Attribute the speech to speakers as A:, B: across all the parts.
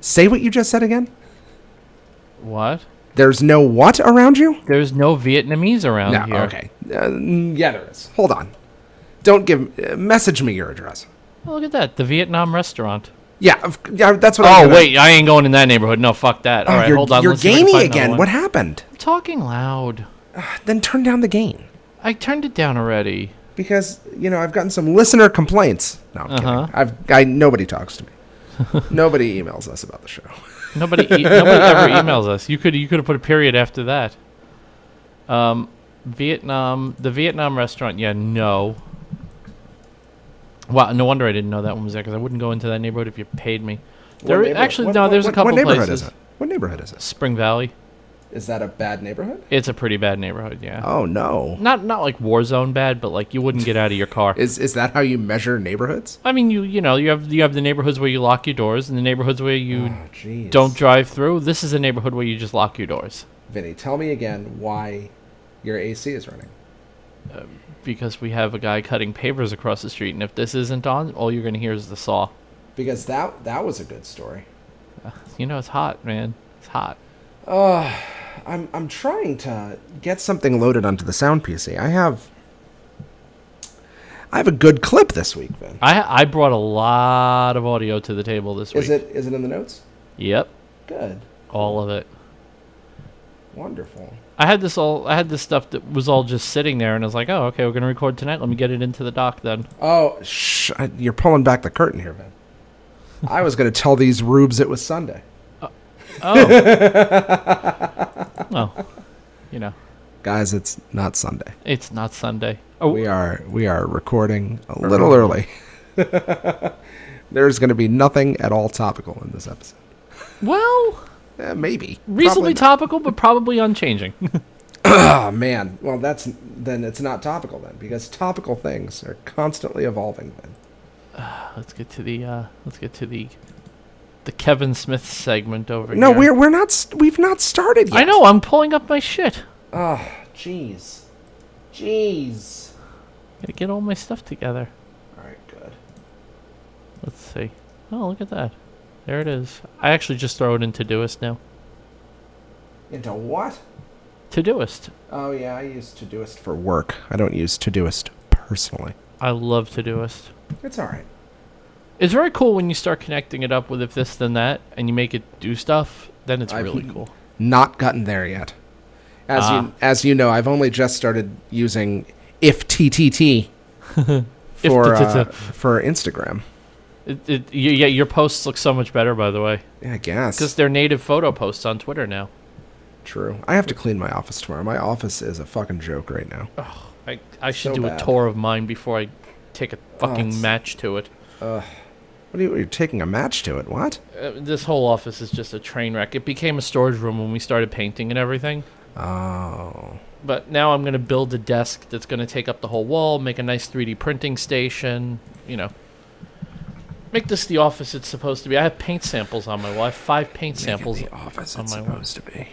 A: Say what you just said again.
B: What?
A: There's no what around you?
B: There's no Vietnamese around
A: no.
B: here.
A: Okay. Uh, yeah, there is. Hold on. Don't give. Uh, message me your address.
B: Oh, look at that. The Vietnam restaurant.
A: Yeah. of- yeah that's what. I'm
B: Oh
A: gonna-
B: wait, I ain't going in that neighborhood. No, fuck that.
A: Oh,
B: All right,
A: you're,
B: hold on.
A: You're
B: let's see if I can
A: gamey
B: find another
A: again.
B: one.
A: What happened?
B: I'm talking loud.
A: Then turn down the gain.
B: I turned it down already.
A: because you know I've gotten some listener complaints. No, I'm
B: Uh-huh.
A: kidding. I've I nobody talks to me. nobody emails us about the show.
B: Nobody, e- nobody ever emails us. You could, you could have put a period after that. Um, Vietnam, the Vietnam restaurant. Yeah, no. Wow, no wonder I didn't know that one was there because I wouldn't go into that neighborhood if you paid me. There,
A: What neighbor-
B: actually,
A: what-
B: no.
A: what-
B: there's
A: what-
B: a couple
A: What neighborhood
B: places.
A: is it? What neighborhood is this?
B: Spring Valley.
A: Is that a bad neighborhood?
B: It's a pretty bad neighborhood. Yeah.
A: Oh no.
B: Not, not like war zone bad, but like you wouldn't get out of your car.
A: Is is that how you measure neighborhoods?
B: I mean, you, you know, you have, you have the neighborhoods where you lock your doors and the neighborhoods where you
A: Oh, jeez.
B: don't drive through. This is a neighborhood where you just lock your doors
A: Vinny, tell me again why your AC is running.
B: because we have a guy cutting pavers across the street, and if this isn't on, all you're gonna hear is the saw.
A: Because that that was a good story.
B: You know, it's hot, man. It's hot.
A: I'm I'm trying to get something loaded onto the sound PC. I have I have a good clip this week, Vin.
B: I I brought a lot of audio to the table this week.
A: Is it is it in the notes?
B: Yep,
A: Good.
B: all of it.
A: Wonderful.
B: I had this all. I had this stuff that was all just sitting there, and I was like, "Oh, okay, we're gonna record tonight. Let me get it into the dock then."
A: Oh, shh. I- You're pulling back the curtain here, man. I was going to tell these rubes it was Sunday.
B: Oh, well, you know,
A: Guys, it's not Sunday.
B: it's not Sunday. Oh,
A: We are we are recording a little early. There's going to be nothing at all topical in this episode.
B: well,
A: Eh, maybe.
B: reasonably
A: Probably
B: topical, but probably unchanging.
A: not. Oh man. Well, that's then it's not topical then because topical things are constantly evolving then.
B: Let's get to the uh, let's get to the the Kevin Smith segment over
A: No,
B: here.
A: we're we're not st- we've not started yet.
B: I know. I'm pulling up my shit.
A: Oh, jeez. Jeez.
B: Gotta get all my stuff together.
A: All right, good.
B: Let's see. Oh, look at that. There it is. I actually just throw it in Todoist now.
A: Into what?
B: Todoist.
A: Oh yeah, I use Todoist for work. I don't use Todoist personally.
B: I love Todoist.
A: It's all right.
B: It's very cool when you start connecting it up with if this then that, and you make it do stuff. Then it's
A: I've-
B: really cool.
A: Not gotten there yet. As
B: Ah.
A: you as you know, I've only just started using if TTT
B: If
A: for
B: TTT.
A: uh, for Instagram.
B: It, it, y- yeah, your posts look so much better, by the way,
A: Yeah, I guess.
B: because they're native photo posts on Twitter now.
A: True. I have to clean my office tomorrow. My office is a fucking joke right now.
B: I, I should
A: So
B: do
A: bad. Oh,
B: a tour of mine before I take a fucking
A: it's-
B: match to it.
A: What are you, you're taking a match to it? What?
B: Uh, this whole office is just a train wreck. It became a storage room when we started painting and everything.
A: Oh,
B: But now I'm going to build a desk that's going to take up the whole wall, make a nice 3D printing station, you know. Make this the office it's supposed to be. I have paint samples on my wall. I have five paint samples.
A: the office
B: on
A: it's
B: my
A: supposed to be.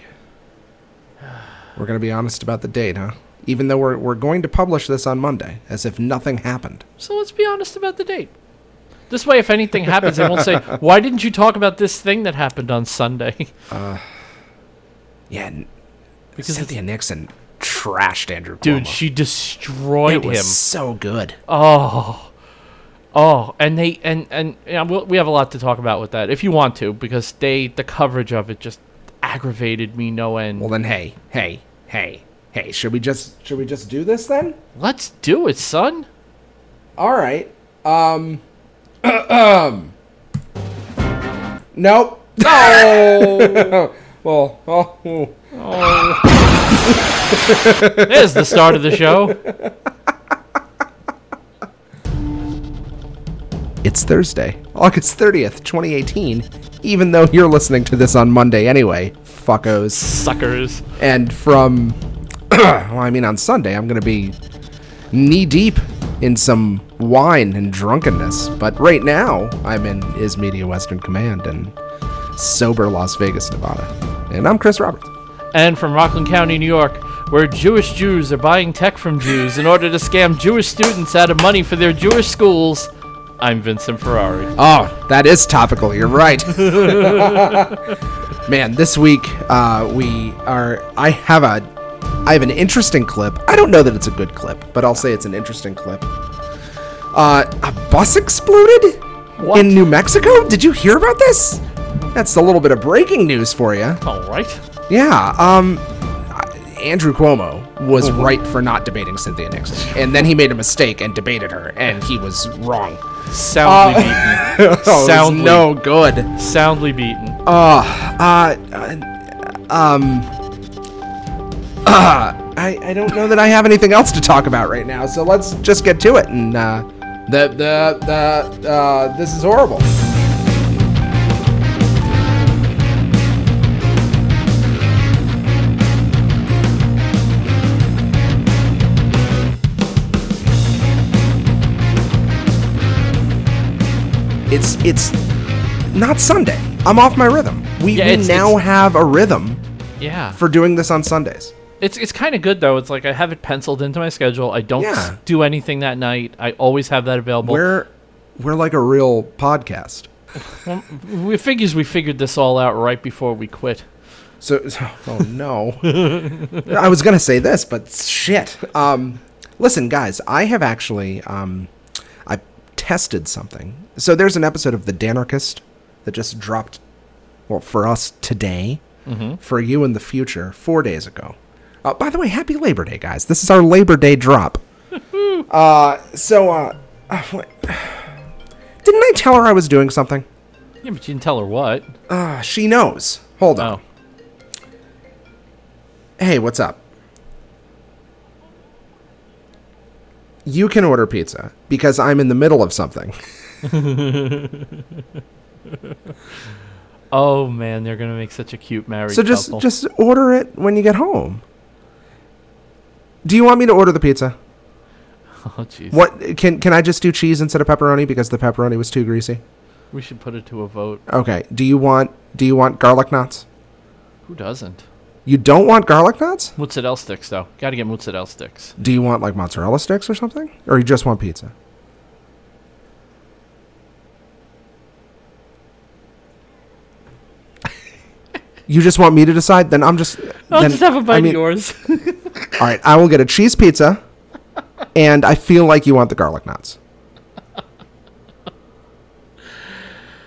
A: We're gonna be honest about the date, huh? Even though we're we're going to publish this on Monday, as if nothing happened.
B: So let's be honest about the date. This way, if anything happens, they won't say, Why didn't you talk about this thing that happened on Sunday?
A: Yeah, n-
B: Because
A: Cynthia Nixon trashed Andrew Cuomo.
B: Dude, she destroyed
A: it was
B: him.
A: so good.
B: Oh, oh, and they and and yeah, we'll, we have a lot to talk about with that if you want to, because they the coverage of it just aggravated me no end.
A: Well, then, hey, hey, hey, hey, should we just should we just do this then?
B: Let's do it, son.
A: All right. Um. nope.
B: Oh,
A: Well, oh, oh.
B: there's the start of the show.
A: It's Thursday, August thirtieth, twenty eighteen. Even though you're listening to this on Monday anyway, fuckos.
B: Suckers.
A: and from well i mean on sunday i'm gonna be knee deep in some wine and drunkenness but right now i'm in is media western command and sober las vegas nevada and i'm chris roberts
B: And from Rockland County, New York, where Jewish Jews are buying tech from Jews in order to scam Jewish students out of money for their Jewish schools. I'm Vincent Ferrari.
A: Oh, that is topical. You're right. Man, this week uh, we are. I have a. I have an interesting clip. I don't know that it's a good clip, but I'll say it's an interesting clip. Uh, a bus exploded
B: What?
A: in New Mexico. Did you hear about this? That's a little bit of breaking news for you.
B: All right.
A: Yeah. Um, Andrew Cuomo was right for not debating Cynthia Nixon, and then he made a mistake and debated her, and he was wrong.
B: Soundly beaten.
A: Oh, it was
B: soundly,
A: no good.
B: soundly beaten.
A: Uh, uh, um, uh, I, I don't know that I have anything else to talk about right now, so let's just get to it. And uh, the the the uh, this is horrible. It's it's not Sunday. I'm off my rhythm. We,
B: Yeah,
A: we
B: it's-
A: now
B: it's-
A: have a rhythm
B: yeah.
A: for doing this on Sundays.
B: it's it's kind of good though. It's like I have it penciled into my schedule. I don't
A: Yeah.
B: s- do anything that night. I always have that available.
A: We're we're like a real podcast.
B: we figures we figured this all out right before we quit.
A: So, so- oh no. I was gonna say this, but shit. Um, listen, guys, I have actually um, I tested something. So there's an episode of The Danarchist that just dropped, well, for us today, for you in the future, four days ago. Uh, by the way, happy Labor Day, guys. This is our Labor Day drop. uh, so, uh, uh, what- didn't I tell her I was doing something?
B: Yeah, but you didn't tell her what.
A: Uh, she knows. Hold on.
B: Oh,
A: Hey, what's up? You can order pizza because I'm in the middle of something.
B: oh man, they're gonna make such a cute married
A: So just
B: couple.
A: just order it when you get home. Do you want me to order the pizza?
B: oh jeez,
A: What can can I just do cheese instead of pepperoni because the pepperoni was too greasy?
B: we should put it to a vote.
A: Okay. Do you want do you want garlic knots?
B: Who doesn't?
A: You don't want garlic knots?
B: Mozzarella sticks though. Got to get mozzarella sticks.
A: Do you want like mozzarella sticks or something? Or you just want pizza? you just want me to decide? Then I'm just.
B: I'll
A: then-
B: just have a bite
A: I mean,
B: of yours.
A: All right, I will get a cheese pizza, and I feel like you want the garlic knots.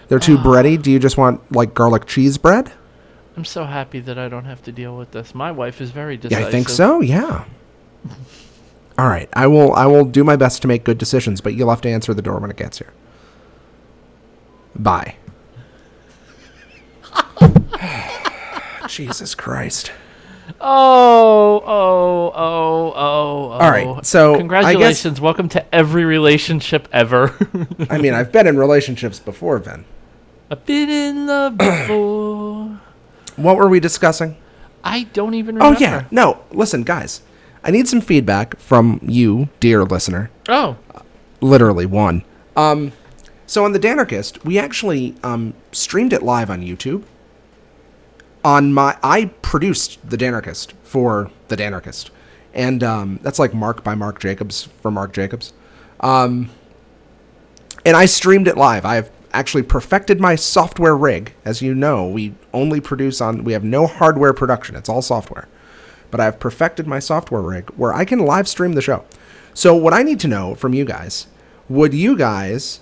A: They're too bready. Do you just want like garlic cheese bread?
B: I'm so happy that I don't have to deal with this. My wife is very
A: Yeah,
B: decisive.
A: I think so. Yeah. All right, I will. I will do my best to make good decisions, but you'll have to answer the door when it gets here. Bye. Jesus Christ!
B: Oh, oh, oh, oh, oh.
A: All right, so I guess-
B: congratulations. Welcome to every relationship ever.
A: I mean, I've been in relationships before, Vin.
B: I've been in love before.
A: What were we discussing?
B: I don't even
A: Oh
B: remember.
A: yeah, no. Listen, guys, I need some feedback from you, dear listener.
B: Oh,
A: literally one. Um, so on the Danarchist, we actually um, streamed it live on YouTube. On my, I produced the Danarchist for the Danarchist, and um, that's like Mark by Mark Jacobs for Mark Jacobs. Um, and I streamed it live. I have actually perfected my software rig. As you know, we only produce on, we have no hardware production, it's all software. But I've perfected my software rig where I can live stream the show. So, what I need to know from you guys would you guys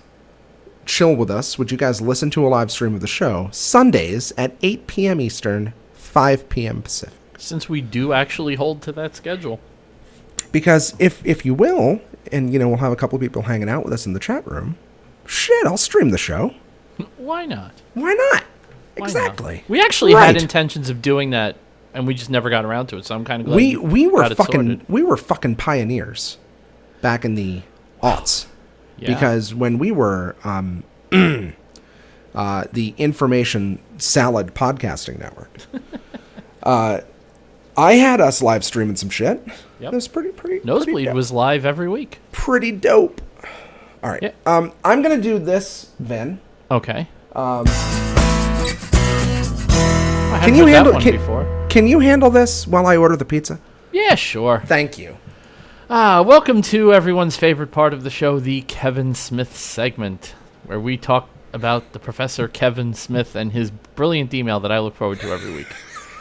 A: chill with us? Would you guys listen to a live stream of the show Sundays at 8 p.m. Eastern, 5 p.m. Pacific?
B: since we do actually hold to that schedule.
A: because if if you will and you know we'll have a couple of people hanging out with us in the chat room shit i'll stream the show
B: Why not?
A: why not
B: Why not?
A: exactly
B: We actually
A: Right.
B: had intentions of doing that, and we just never got around to it. So I'm kind of glad
A: we
B: you
A: we were
B: got it
A: fucking
B: sorted.
A: we were fucking pioneers back in the aughts
B: Yeah.
A: because when we were um uh the information salad podcasting network uh i had us live streaming some shit
B: Yep.
A: it was pretty pretty pretty
B: Nosebleed
A: dope.
B: was live every week.
A: pretty dope all right
B: Yeah.
A: um i'm gonna do this then
B: Okay. Um, I
A: Can
B: can
A: you
B: you heard
A: handle-
B: that one
A: can-
B: before?
A: Can you handle this while I order the pizza?
B: Yeah, sure.
A: Thank you.
B: Ah, welcome to everyone's favorite part of the show, the Kevin Smith segment, where we talk about the professor Kevin Smith and his brilliant email that I look forward to every week.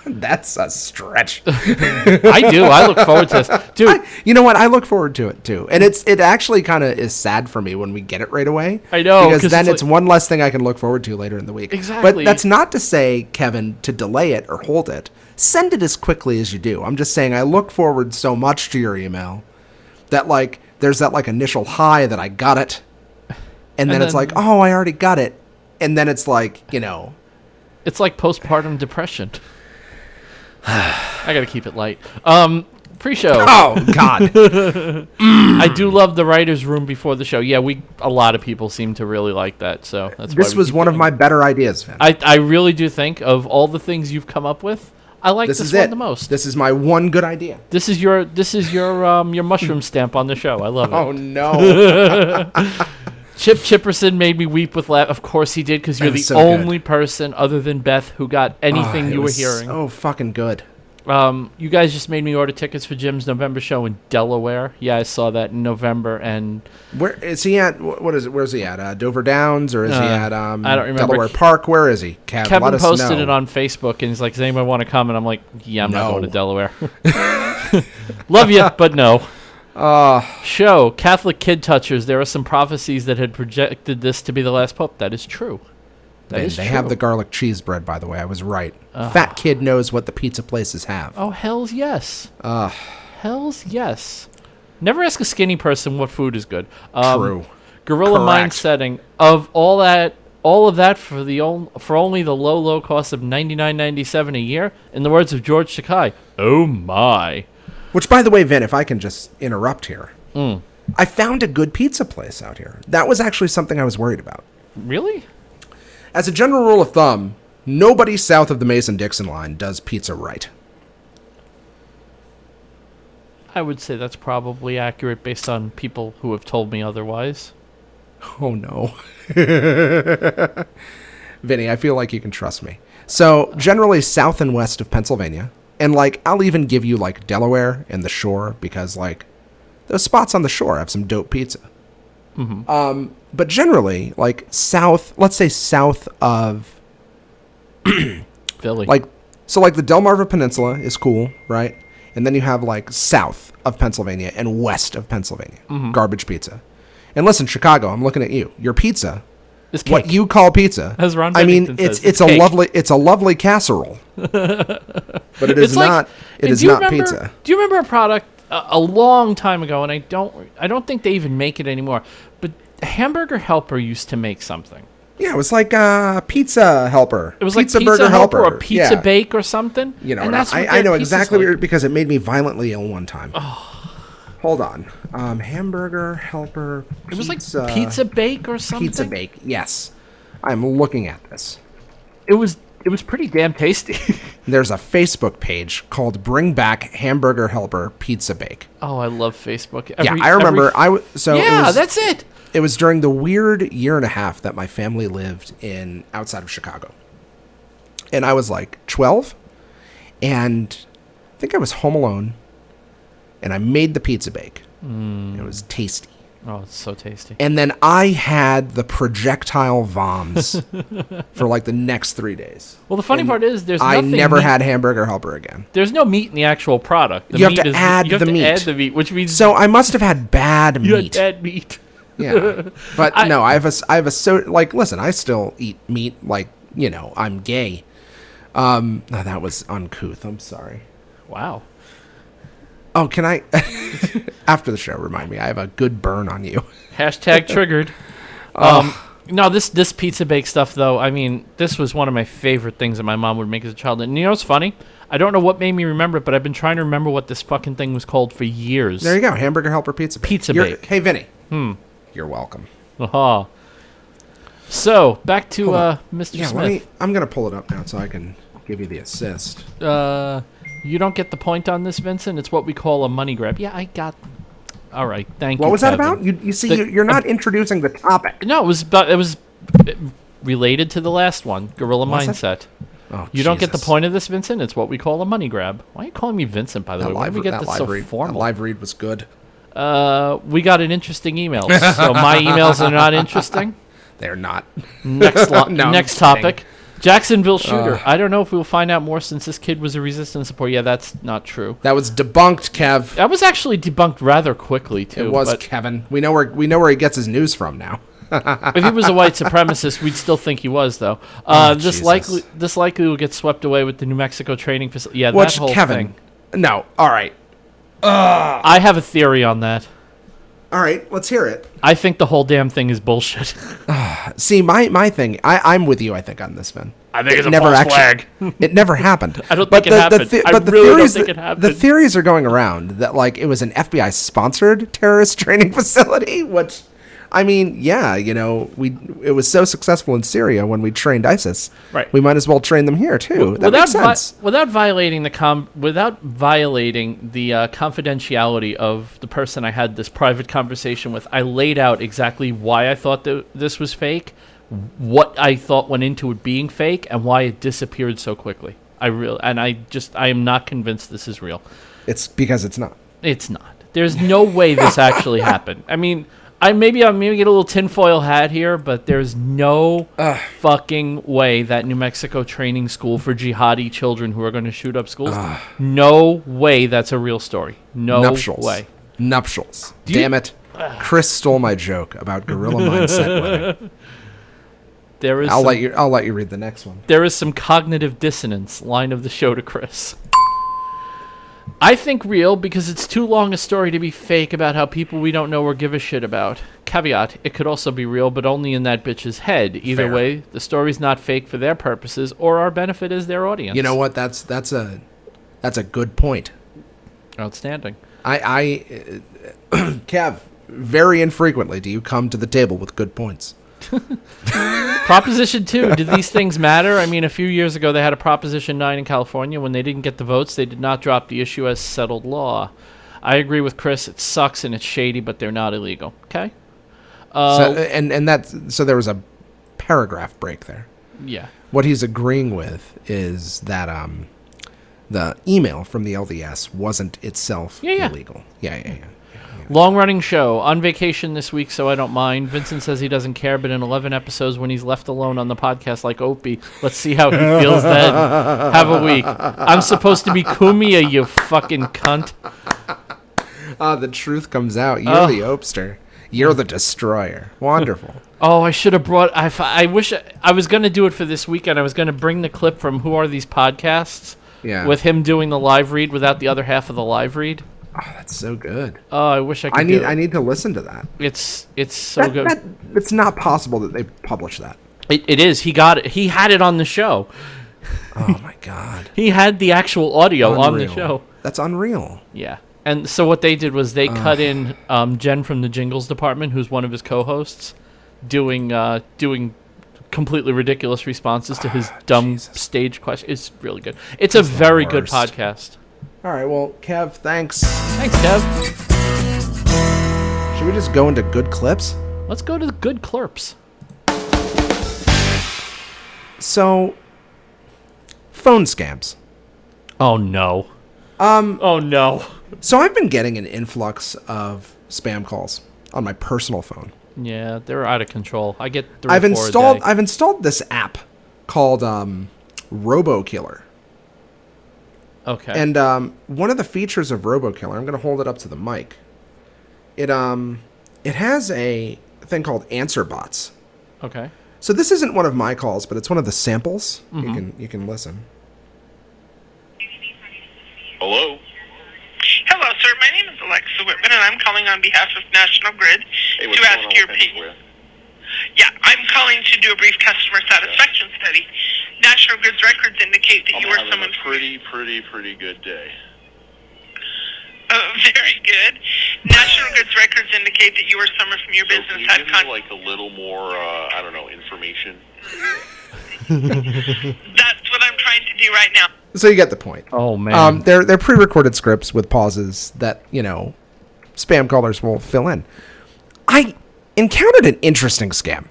A: That's a stretch.
B: I do. I look forward to this. Dude, I,
A: you know what? I look forward to it too, and it's it actually kind of is sad for me when we get it right away.
B: I know,
A: because
B: 'cause
A: then
B: it's
A: it's
B: like-
A: one less thing I can look forward to later in the week.
B: Exactly.
A: But that's not to say, Kevin, to delay it or hold it. Send it as quickly as you do. I'm just saying I look forward so much to your email that like there's that like initial high that I got it, and then,
B: And
A: it's
B: then-
A: like oh I already got it, and then it's like you know
B: it's like postpartum depression. I got to keep it light. Um, pre-show.
A: oh god.
B: I do love the writers' room before the show. Yeah, we a lot of people seem to really like that. So that's why
A: This
B: we
A: was
B: keep
A: one of
B: doing
A: my better ideas, Vin.
B: it. I I really do think of all the things you've come up with, I like
A: this,
B: this,
A: is
B: one
A: it.
B: the most. This,
A: This is my one good idea.
B: is your this is your um your mushroom stamp on the show. I love it.
A: Oh no!
B: Chip Chipperson made me weep with laugh. Of course he did, because you're
A: That
B: the
A: was so good. Ah,
B: only person other than Beth who got anything
A: It
B: you were
A: was
B: hearing.
A: So fucking good.
B: Um, you guys just made me order tickets for Jim's November show in Delaware. Yeah, I saw that in November, and
A: Where is he at? Wh- What is it? Where's he at? Uh, Dover Downs, or is he
B: Uh,
A: at? Um,
B: I don't remember.
A: Delaware Park. Where is he? Kev, let
B: Kevin
A: us
B: posted
A: know.
B: it on Facebook, and he's like, "Does anyone want to come?" And I'm like, "Yeah, I'm not
A: No.
B: going to Delaware. Love you, but no."
A: Ah.
B: show Catholic kid touchers. There are some prophecies that had projected this to be the last pope. That is true. That
A: They,
B: is
A: they
B: true. Uh-huh.
A: have the garlic cheese bread, by the way. I was right. Fat kid knows what the pizza places have.
B: Oh hell's yes.
A: Ah.
B: Hell's yes. Never ask a skinny person what food is good. Um,
A: True.
B: Gorilla mind
A: Correct.
B: setting of all that, all of that for the on, for only the low low cost of ninety nine ninety seven a year. In the words of George Sakai, oh my.
A: Which, by the way, Vin, if I can just interrupt here,
B: Mm.
A: I found a good pizza place out here. That was actually something I was worried about.
B: Really?
A: As a general rule of thumb, nobody south of the Mason Dixon line does pizza right.
B: I would say that's probably accurate based on people who have told me otherwise.
A: Oh no. Vinny, I feel like you can trust me. So, generally south and west of Pennsylvania, and like I'll even give you like Delaware and the shore because like those spots on the shore have some dope pizza. Um, but generally, like south, let's say south of
B: Philly.
A: like so like the Delmarva Peninsula is cool, right? And then you have like south of Pennsylvania and west of Pennsylvania, garbage pizza. And listen, Chicago, I'm looking at you. Your pizza
B: It's cake.
A: what you call pizza.
B: As Ron
A: I mean,
B: Bennington
A: it's
B: says,
A: it's
B: it's
A: a
B: cake.
A: lovely it's a lovely casserole, but it is
B: like-
A: not it
B: and
A: is
B: do you
A: not
B: remember-
A: pizza.
B: Do you remember a product a, a long time ago? And I don't, I don't think they even make it anymore. But Hamburger Helper used to make something.
A: Yeah, it was like a pizza helper.
B: It was
A: pizza
B: like pizza
A: burger
B: helper, or
A: yeah.
B: pizza bake or something.
A: You know, and
B: and that's what
A: I, I
B: their
A: know
B: pizza's
A: exactly what
B: like.
A: you're, because it made me violently ill one time. Hold on, um, hamburger helper.
B: It was like pizza bake or something.
A: pizza bake. Yes, I'm looking at this.
B: It was, it was pretty damn tasty.
A: There's a Facebook page called "Bring Back Hamburger Helper Pizza Bake."
B: oh, I love Facebook.
A: Yeah,
B: Every-
A: I remember.
B: every-
A: I w- so it
B: yeah,
A: was-
B: that's it.
A: It was during the weird year and a half that my family lived in outside of Chicago. And I was like 12 and I think I was home alone and I made the pizza bake.
B: Mm.
A: It was tasty.
B: Oh, it's so tasty.
A: And then I had the projectile voms for like the next 3 days.
B: Well, the funny part is there's
A: I
B: nothing
A: never
B: meat-
A: had hamburger helper again.
B: There's no meat in the actual product. The
A: You have
B: meat
A: to
B: is,
A: add
B: you have
A: the
B: to
A: meat.
B: Add the meat, which means
A: So I must have had bad
B: you
A: meat.
B: had add meat.
A: Yeah, but
B: I-
A: no, I have a, s- I have a so like. Listen, I still eat meat. Like you know, I'm gay. Um, no, that was uncouth. I'm sorry.
B: Wow.
A: Oh, can I? after the show, remind me. I have a good burn on you.
B: Hashtag triggered. Um, no, this this pizza bake stuff though. I mean, this was one of my favorite things that my mom would make as a child. And you know what's funny? I don't know what made me remember it, but I've been trying to remember what this fucking thing was called for years.
A: There you go. Hamburger helper pizza. Bake.
B: Pizza
A: You're-
B: bake.
A: Hey, Vinny. Hmm. You're welcome.
B: Aha. So back to
A: Hold on.
B: uh, Mr.
A: Yeah, let me.
B: Smith.
A: I'm gonna pull it up now so I can give you the assist.
B: Uh, you don't get the point on this, Vincent. It's what we call a money grab. Yeah, I got. All right, thank you.
A: What was that
B: Kevin.
A: about? You, you see,
B: The-
A: you- you're not introducing the topic.
B: No, it was about it was related to the last one, gorilla
A: Was it?
B: mindset.
A: Oh,
B: You don't get the
A: Jesus.
B: point of this, Vincent. It's what we call a money grab. Why are you calling me Vincent, by the
A: That
B: way? Why
A: live,
B: did we get
A: that
B: this
A: live
B: so
A: read, that
B: formal?
A: live read was good.
B: Uh, we got an interesting email. So my emails are not interesting.
A: They're not.
B: Next, lo-
A: No, I'm
B: next
A: just kidding.
B: topic. Jacksonville shooter. I don't know if we will find out more since this kid was a resistance support. Yeah, that's not true.
A: That was debunked, Kev.
B: That was actually debunked rather quickly too.
A: It was
B: but
A: Kevin. We know where we know where he gets his news from now.
B: if he was a white supremacist, we'd still think he was though. Uh, this
A: Oh, Jesus.
B: likely this likely will get swept away with the New Mexico training facility. Yeah,
A: Which
B: that whole
A: Kevin?
B: thing.
A: No. All right.
B: I have a theory on that.
A: All right. Let's hear it.
B: I think the whole damn thing is bullshit.
A: See, my my thing. I I'm with you. I think on this, Finn.
B: I think it's a
A: never
B: false
A: actually, It never happened.
B: I don't
A: but
B: think it
A: the,
B: happened.
A: The,
B: I
A: but the
B: really don't
A: theories
B: think
A: that-
B: it happened.
A: the theories are going around that like it was an FBI sponsored terrorist training facility, which I mean, yeah, you know, we it was so successful in Syria when we trained ISIS.
B: Right.
A: We might as well train them here too. that
B: without
A: makes sense.
B: vi- without violating the com- without violating the uh, confidentiality of the person I had this private conversation with, I laid out exactly why I thought th- this was fake, what I thought went into it being fake, and why it disappeared so quickly. I real and I just I am not convinced this is real.
A: it's because it's not.
B: It's not. There's no way this actually happened. I mean, I maybe I'm gonna get a little tinfoil hat here, but there's no fucking way that New Mexico training school for jihadi children who are going to shoot up schools. No way that's a real story. No
A: Nuptials.
B: way.
A: Nuptials.
B: you-
A: Damn it. Chris stole my joke about gorilla mindset. wedding.
B: There is
A: I'll
B: some,
A: let you. I'll let you read the next one.
B: there is some cognitive dissonance. Line of the show to Chris. I think real because it's too long a story to be fake about how people we don't know or give a shit about. Caveat, it could also be real, but only in that bitch's head. Either
A: Fair.
B: way, the story's not fake for their purposes or our benefit as their audience.
A: You know what? That's that's a that's a good point.
B: Outstanding.
A: I, I, uh, Kev, very infrequently do you come to the table with good points.
B: Proposition 2, do these things matter? I mean, a few years ago they had a Proposition 9 in California. When they didn't get the votes, they did not drop the issue as settled law. I agree with Chris. It sucks and it's shady, but they're not illegal. Okay?
A: so,
B: Uh,
A: uh, and and that's so there was a paragraph break there.
B: Yeah.
A: What he's agreeing with is that um, the email from the LDS wasn't itself
B: Yeah, yeah.
A: illegal. Yeah, yeah, yeah.
B: Long running show. On vacation this week, so I don't mind. Vincent says he doesn't care, but in 11 episodes, when he's left alone on the podcast like Opie, let's see how he feels then. Have a week. I'm supposed to be Kumia, you fucking cunt.
A: Ah, the truth comes out. You're the opster. You're the destroyer. Wonderful.
B: Oh, I should have brought. I, f- I wish I, I was going to do it for this weekend. I was going to bring the clip from Who Are These Podcasts
A: Yeah.
B: with him doing the live read without the other half of the live read.
A: That's so good.
B: Oh, I wish I could.
A: I
B: do
A: need
B: it.
A: I need to listen to that.
B: It's, it's so
A: That-
B: good.
A: that- it's not possible that they publish that.
B: It, it is. He got it. He had it on the show.
A: Oh my god.
B: He had the actual audio on the
A: Unreal.
B: show.
A: That's unreal.
B: Yeah. And so what they did was they cut in um, Jen from the Jingles department, who's one of his co-hosts, doing uh, doing completely ridiculous responses to
A: Ah,
B: his dumb stage question. It's really good. It's a very good
A: worst.
B: podcast.
A: All right, well, Kev, thanks.
B: Thanks, Dev.
A: Should we just go into good clips?
B: Let's go to the good clerps.
A: So, phone scams.
B: Oh no. Um. Oh no.
A: So, I've been getting an influx of spam calls on my personal phone.
B: Yeah, they're out of control. I get three.
A: I've
B: or four a
A: installed
B: day.
A: I've installed this app called um, RoboKiller.
B: okay.
A: And um, one of the features of RoboKiller, I'm going to hold it up to the mic. It um it has a thing called answer bots.
B: okay.
A: So this isn't one of my calls, but it's one of the samples.
B: Mm-hmm.
A: You can you can listen.
C: Hello.
D: Hello, sir. My name is Alexa Whitman, and I'm calling on behalf of National Grid
C: Hey, what's
D: to
C: going on
D: ask your
C: with Penn
D: opinion.
C: Square?
D: Yeah, I'm calling to do a brief customer satisfaction study. National Grid's records indicate that
C: I'm
D: you are
C: having
D: someone
C: a pretty, pretty, pretty good day.
D: uh, very good. National Grid's records indicate that you are someone from your
C: So can
D: business
C: you
D: had
C: give
D: con-
C: me like a little more, uh, I don't know, information?
D: That's what I'm trying to do right now.
A: So you get the point.
B: Oh man.
A: Um, they're they're pre-recorded scripts with pauses that you know spam callers will fill in. I encountered an interesting scam.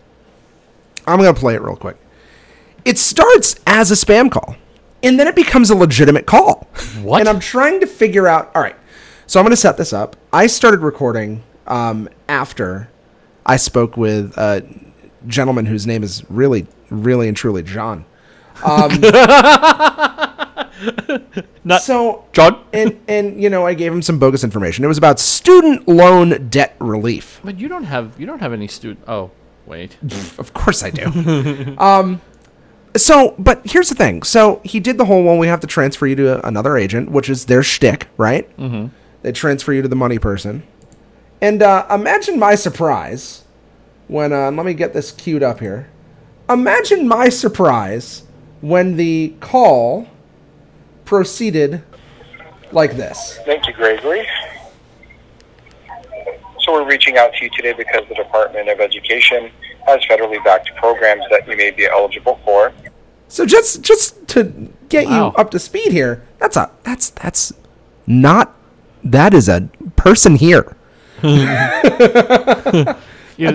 A: I'm gonna play it real quick. It starts as a spam call, and then it becomes a legitimate call.
B: What?
A: And I'm trying to figure out. All right, so I'm gonna set this up. I started recording um, after I spoke with a gentleman whose name is really, really and truly John. Um,
B: Not
A: So
B: John.
A: and and you know I gave him some bogus information. It was about student loan debt relief.
B: But you don't have you don't have any student. Oh wait.
A: Of course I do. um, so but here's the thing. So he did the whole well, we have to transfer you to another agent, which is their shtick, right? Mm-hmm. They transfer you to the money person, and uh, imagine my surprise when uh, let me get this queued up here. Imagine my surprise when the call proceeded like this.
E: Thank you, Gregory. So we're reaching out to you today because the Department of Education has federally backed programs that you may be eligible for.
A: So just just to get
B: Wow.
A: you up to speed here, that's a that's that's not that is a person here. That's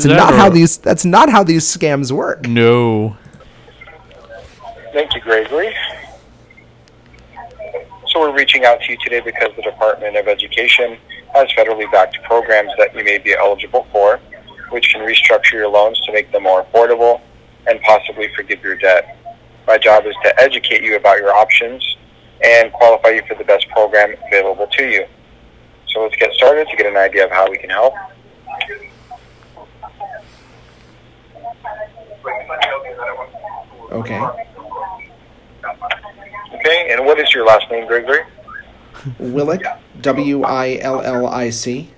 A: not how these that's not how these scams work.
B: No.
E: Thank you, Gregory. So we're reaching out to you today because the Department of Education has federally backed programs that you may be eligible for, which can restructure your loans to make them more affordable and possibly forgive your debt. My job is to educate you about your options and qualify you for the best program available to you. So let's get started to get an idea of how we can help.
A: Okay.
E: Okay, and what is your last name, Gregory?
A: Willick, W I L L I C.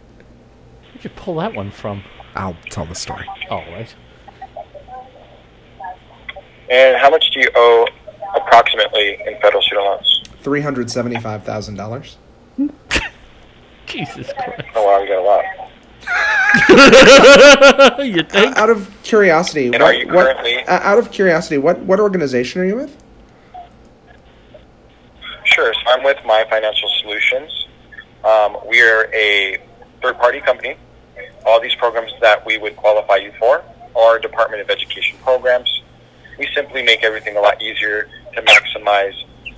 B: Where'd you pull that one from?
A: I'll tell the story.
B: Oh right.
E: And how much do you owe approximately in federal student loans?
A: Three hundred seventy-five thousand dollars.
B: Jesus Christ.
E: Oh wow, you got a lot.
B: you think?
A: Out of curiosity,
E: And
A: what,
E: are you
A: what-
E: currently-
A: uh, out of curiosity, what what organization are you with?
E: Sure. So I'm with My Financial Solutions. Um, we are a third-party company. All these programs that we would qualify you for are Department of Education programs. We simply make everything a lot easier to maximize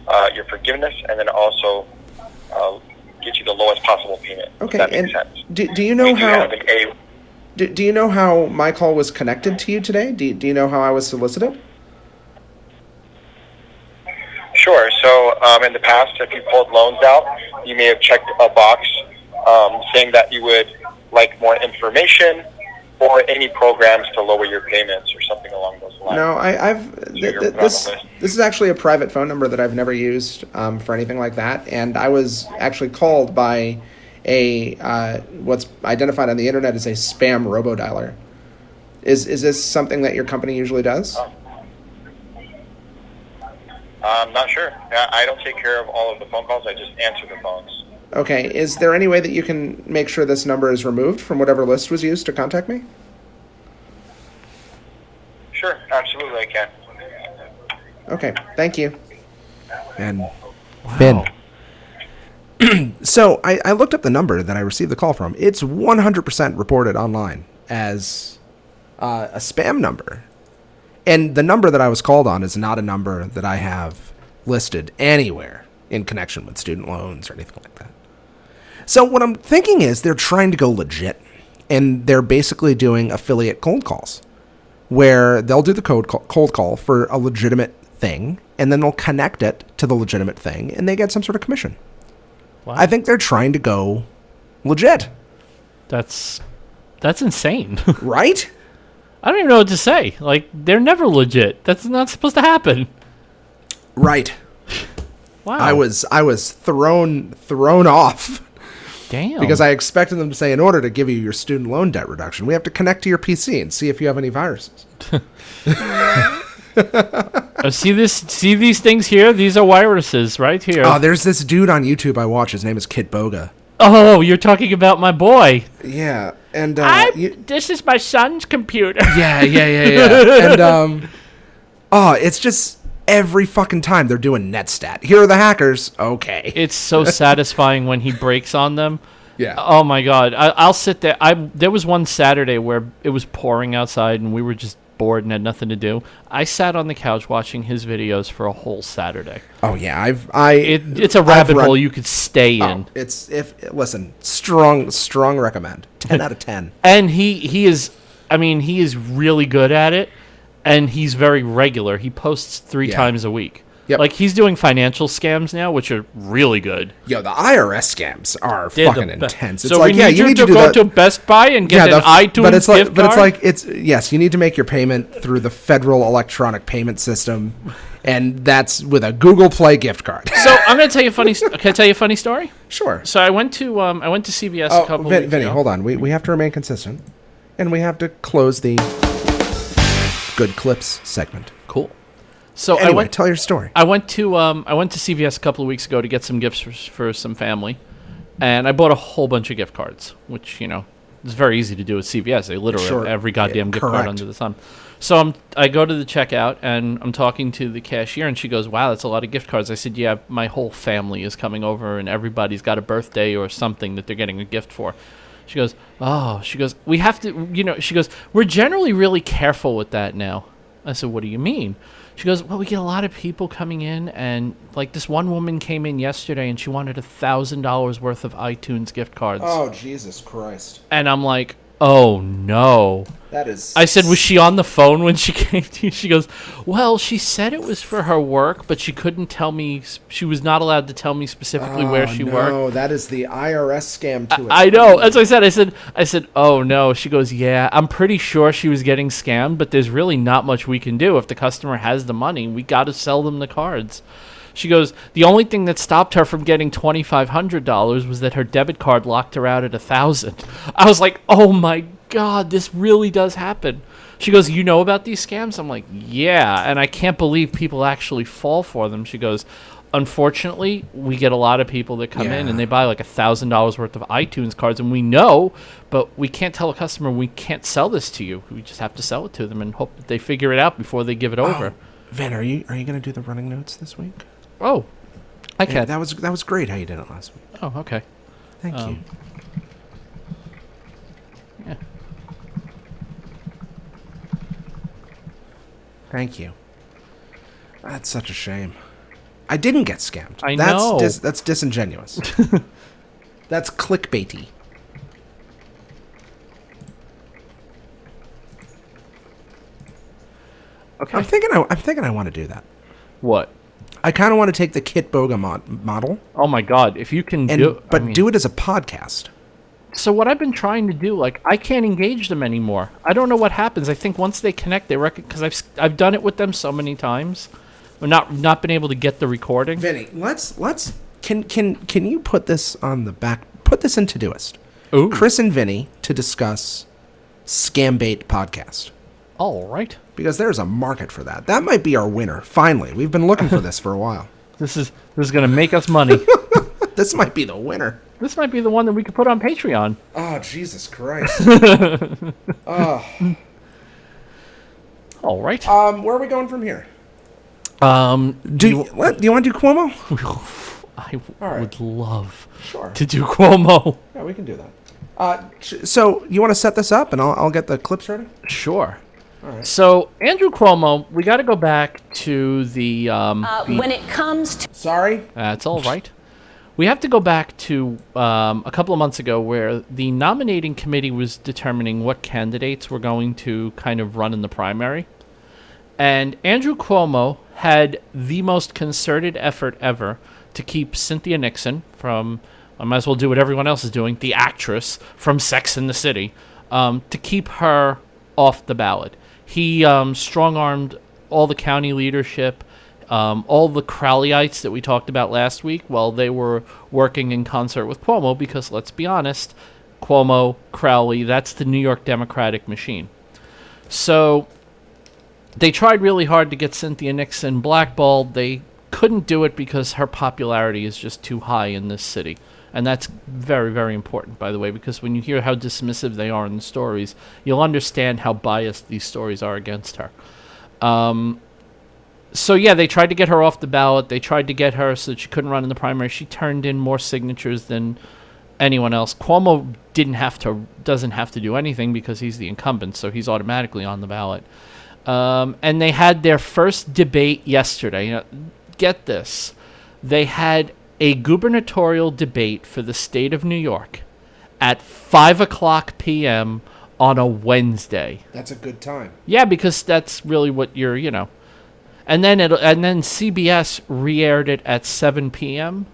E: uh, your forgiveness and then also uh, get you the lowest possible payment. if
A: Okay,
E: that
A: and
E: makes sense.
A: do, do you
E: We
A: know
E: do
A: how?
E: have an A.
A: Do, do you know how my call was connected to you today? Do, do you know how I was solicited?
E: Sure. So um, in the past, if you pulled loans out, you may have checked a box um, saying that you would like more information or any programs to lower your payments or something along those lines.
A: No, I, I've th-
E: you're
A: th-
E: on
A: this.
E: the list.
A: This is actually a private phone number that I've never used um, for anything like that, and I was actually called by a uh, what's identified on the internet as a spam robodialer. Is is this something that your company usually does?
E: I'm not sure. I I don't take care of all of the phone calls. I just answer the phones.
A: Okay, is there any way that you can make sure this number is removed from whatever list was used to contact me?
E: Sure, absolutely, I can.
A: Okay, thank you. And
B: Wow.
A: So I, I looked up the number that I received the call from. It's 100% reported online as uh, a spam number. And the number that I was called on is not a number that I have listed anywhere in connection with student loans or anything like that. So what I'm thinking is they're trying to go legit and they're basically doing affiliate cold calls where they'll do the code call, cold call for a legitimate thing and then they'll connect it to the legitimate thing and they get some sort of commission.
B: Wow.
A: I think they're trying to go legit,
B: that's that's insane.
A: right?
B: I don't even know what to say. Like they're never legit. That's not supposed to happen.
A: Right.
B: Wow.
A: I was I was thrown thrown off
B: damn
A: because I expected them to say in order to give you your student loan debt reduction, we have to connect to your PC and see if you have any viruses.
B: Oh, see this see these things here. These are viruses right here.
A: Oh, there's this dude on YouTube I watch. His name is Kit Boga.
B: oh, you're talking about my boy.
A: Yeah, and uh,
B: I.
A: you-
B: This is my son's computer.
A: Yeah, yeah, yeah, yeah. and um, oh, it's just every fucking time they're doing netstat. Here are the hackers. Okay.
B: It's so satisfying when he breaks on them.
A: Yeah.
B: uh, Oh my god! I, I'll sit there. I there was one Saturday where it was pouring outside, and we were just bored and had nothing to do, I sat on the couch watching his videos for a whole Saturday.
A: Oh yeah, I've I
B: It, it's a
A: I've
B: rabbit
A: run-
B: hole you could stay
A: Oh,
B: in.
A: it's if listen, strong strong recommend. 10 out of 10.
B: and he he is i mean he is really good at it and he's very regular he posts three
A: Yeah.
B: times a week
A: Yep.
B: like he's doing financial scams now which are really good
A: Yo, the IRS scams are
B: They're the
A: fucking
B: be-
A: intense. It's
B: so
A: like,
B: we
A: yeah,
B: need
A: you need
B: to,
A: to do
B: go
A: that.
B: to best buy and get
A: the
B: an
A: f-
B: itunes
A: but it's like,
B: gift
A: but it's
B: card.
A: like it's yes, you need to make your payment through the federal electronic payment system, and that's with a Google Play gift card.
B: so i'm going to tell you a funny st- can i tell you a funny story
A: sure.
B: so i went to um i went to cvs a
A: Oh,
B: couple
A: Vin,
B: weeks
A: Vinny,
B: ago.
A: hold on. We we have to remain consistent, and we have to close the good clips segment.
B: cool so
A: Anyway,
B: i went
A: tell your story.
B: I went to um, I went to CVS a couple of weeks ago to get some gifts for, for some family, and I bought a whole bunch of gift cards, which you know it's very easy to do with CVS. They literally have
A: Sure.
B: every goddamn
A: Yeah,
B: gift card
A: correct.
B: under the sun. So I'm I go to the checkout and I'm talking to the cashier, and she goes, "Wow, that's a lot of gift cards." I said, "Yeah, my whole family is coming over, and everybody's got a birthday or something that they're getting a gift for." She goes, "Oh," she goes, "We have to, you know." She goes, "We're generally really careful with that now." I said, "What do you mean?" She goes, "Well, we get a lot of people coming in, and like this one woman came in yesterday, and she wanted a thousand dollars worth of iTunes gift cards."
A: Oh. Jesus Christ,
B: And I'm like, "Oh no!"
A: that is.
B: I said, "Was she on the phone when she came to you?" She goes, "Well, she said it was for her work, but she couldn't tell me. s- She was not allowed to tell me specifically where she worked."
A: Oh, that is the IRS scam to
B: I know. That's what I said. I said, I said, oh no. She goes, yeah. I'm pretty sure she was getting scammed, but there's really not much we can do if the customer has the money. We got to sell them the cards. She goes, the only thing that stopped her from getting twenty five hundred dollars was that her debit card locked her out at a thousand. I was like, oh my god, this really does happen. She goes, You know about these scams? I'm like, Yeah. And I can't believe people actually fall for them. She goes, Unfortunately, we get a lot of people that come in
A: Yeah.
B: and they buy like a thousand dollars worth of iTunes cards, and we know, but we can't tell a customer we can't sell this to you. We just have to sell it to them and hope that they figure it out before they give it over.
A: Oh, Vin, are you are you gonna do the running notes this week?
B: Oh, I can.
A: that was that was great how you did it last week.
B: oh, okay.
A: Thank
B: Um,
A: you.
B: Yeah.
A: Thank you. That's such a shame. I didn't get scammed.
B: I
A: that's
B: know.
A: Dis- that's disingenuous. that's clickbaity.
B: Okay.
A: I'm thinking. I, I'm thinking. I want to do that.
B: what?
A: I kind of want to take the Kit Boga mod- model
B: Oh my God! If you can
A: and
B: do,
A: but do it as a podcast.
B: So what I've been trying to do, like I can't engage them anymore. I don't know what happens. I think once they connect, they reckon because I've s- I've done it with them so many times, but not not been able to get the recording.
A: Vinny, let's let's can can can you put this on the back? Put this in Todoist.
B: Ooh.
A: Chris and Vinny to discuss Scambait podcast
B: All right,
A: because there's a market for that. That might be our winner. Finally, we've been looking for this for a while.
B: this is this is gonna make us money.
A: This might be the winner.
B: this might be the one that we could put on Patreon.
A: Oh Jesus Christ!
B: All right.
A: um, where are we going from here?
B: Um,
A: Do you, what, do you want to do Cuomo?
B: I w-
A: All right.
B: would love
A: Sure.
B: to do Cuomo.
A: Yeah, we can do that. Uh, sh- so you want to set this up, and I'll, I'll get the clips ready.
B: Sure. So Andrew Cuomo, we got to go back to the. Um,
F: Uh, when it comes to
A: Sorry.
B: That's all right. We have to go back to um, a couple of months ago where the nominating committee was determining what candidates were going to kind of run in the primary. And Andrew Cuomo had the most concerted effort ever to keep Cynthia Nixon from, I might as well do what everyone else is doing, the actress from Sex in the City, um, to keep her off the ballot. He um, strong armed all the county leadership, um, all the Crowleyites that we talked about last week. Well, they were working in concert with Cuomo because, let's be honest, Cuomo, Crowley, that's the New York Democratic machine. So they tried really hard to get Cynthia Nixon blackballed. They couldn't do it because her popularity is just too high in this city. And that's very, very important, by the way, because when you hear how dismissive they are in the stories, you'll understand how biased these stories are against her. Um, so, yeah, they tried to get her off the ballot. They tried to get her so that she couldn't run in the primary. She turned in more signatures than anyone else. Cuomo didn't have to doesn't have to do anything because he's the incumbent, so he's automatically on the ballot. Um, and they had their first debate yesterday. You know, get this. They had a gubernatorial debate for the state of New York at 5 o'clock p.m. on a Wednesday.
A: That's a good time.
B: Yeah, because that's really what you're, you know. And then it and then CBS re-aired it at 7 p.m.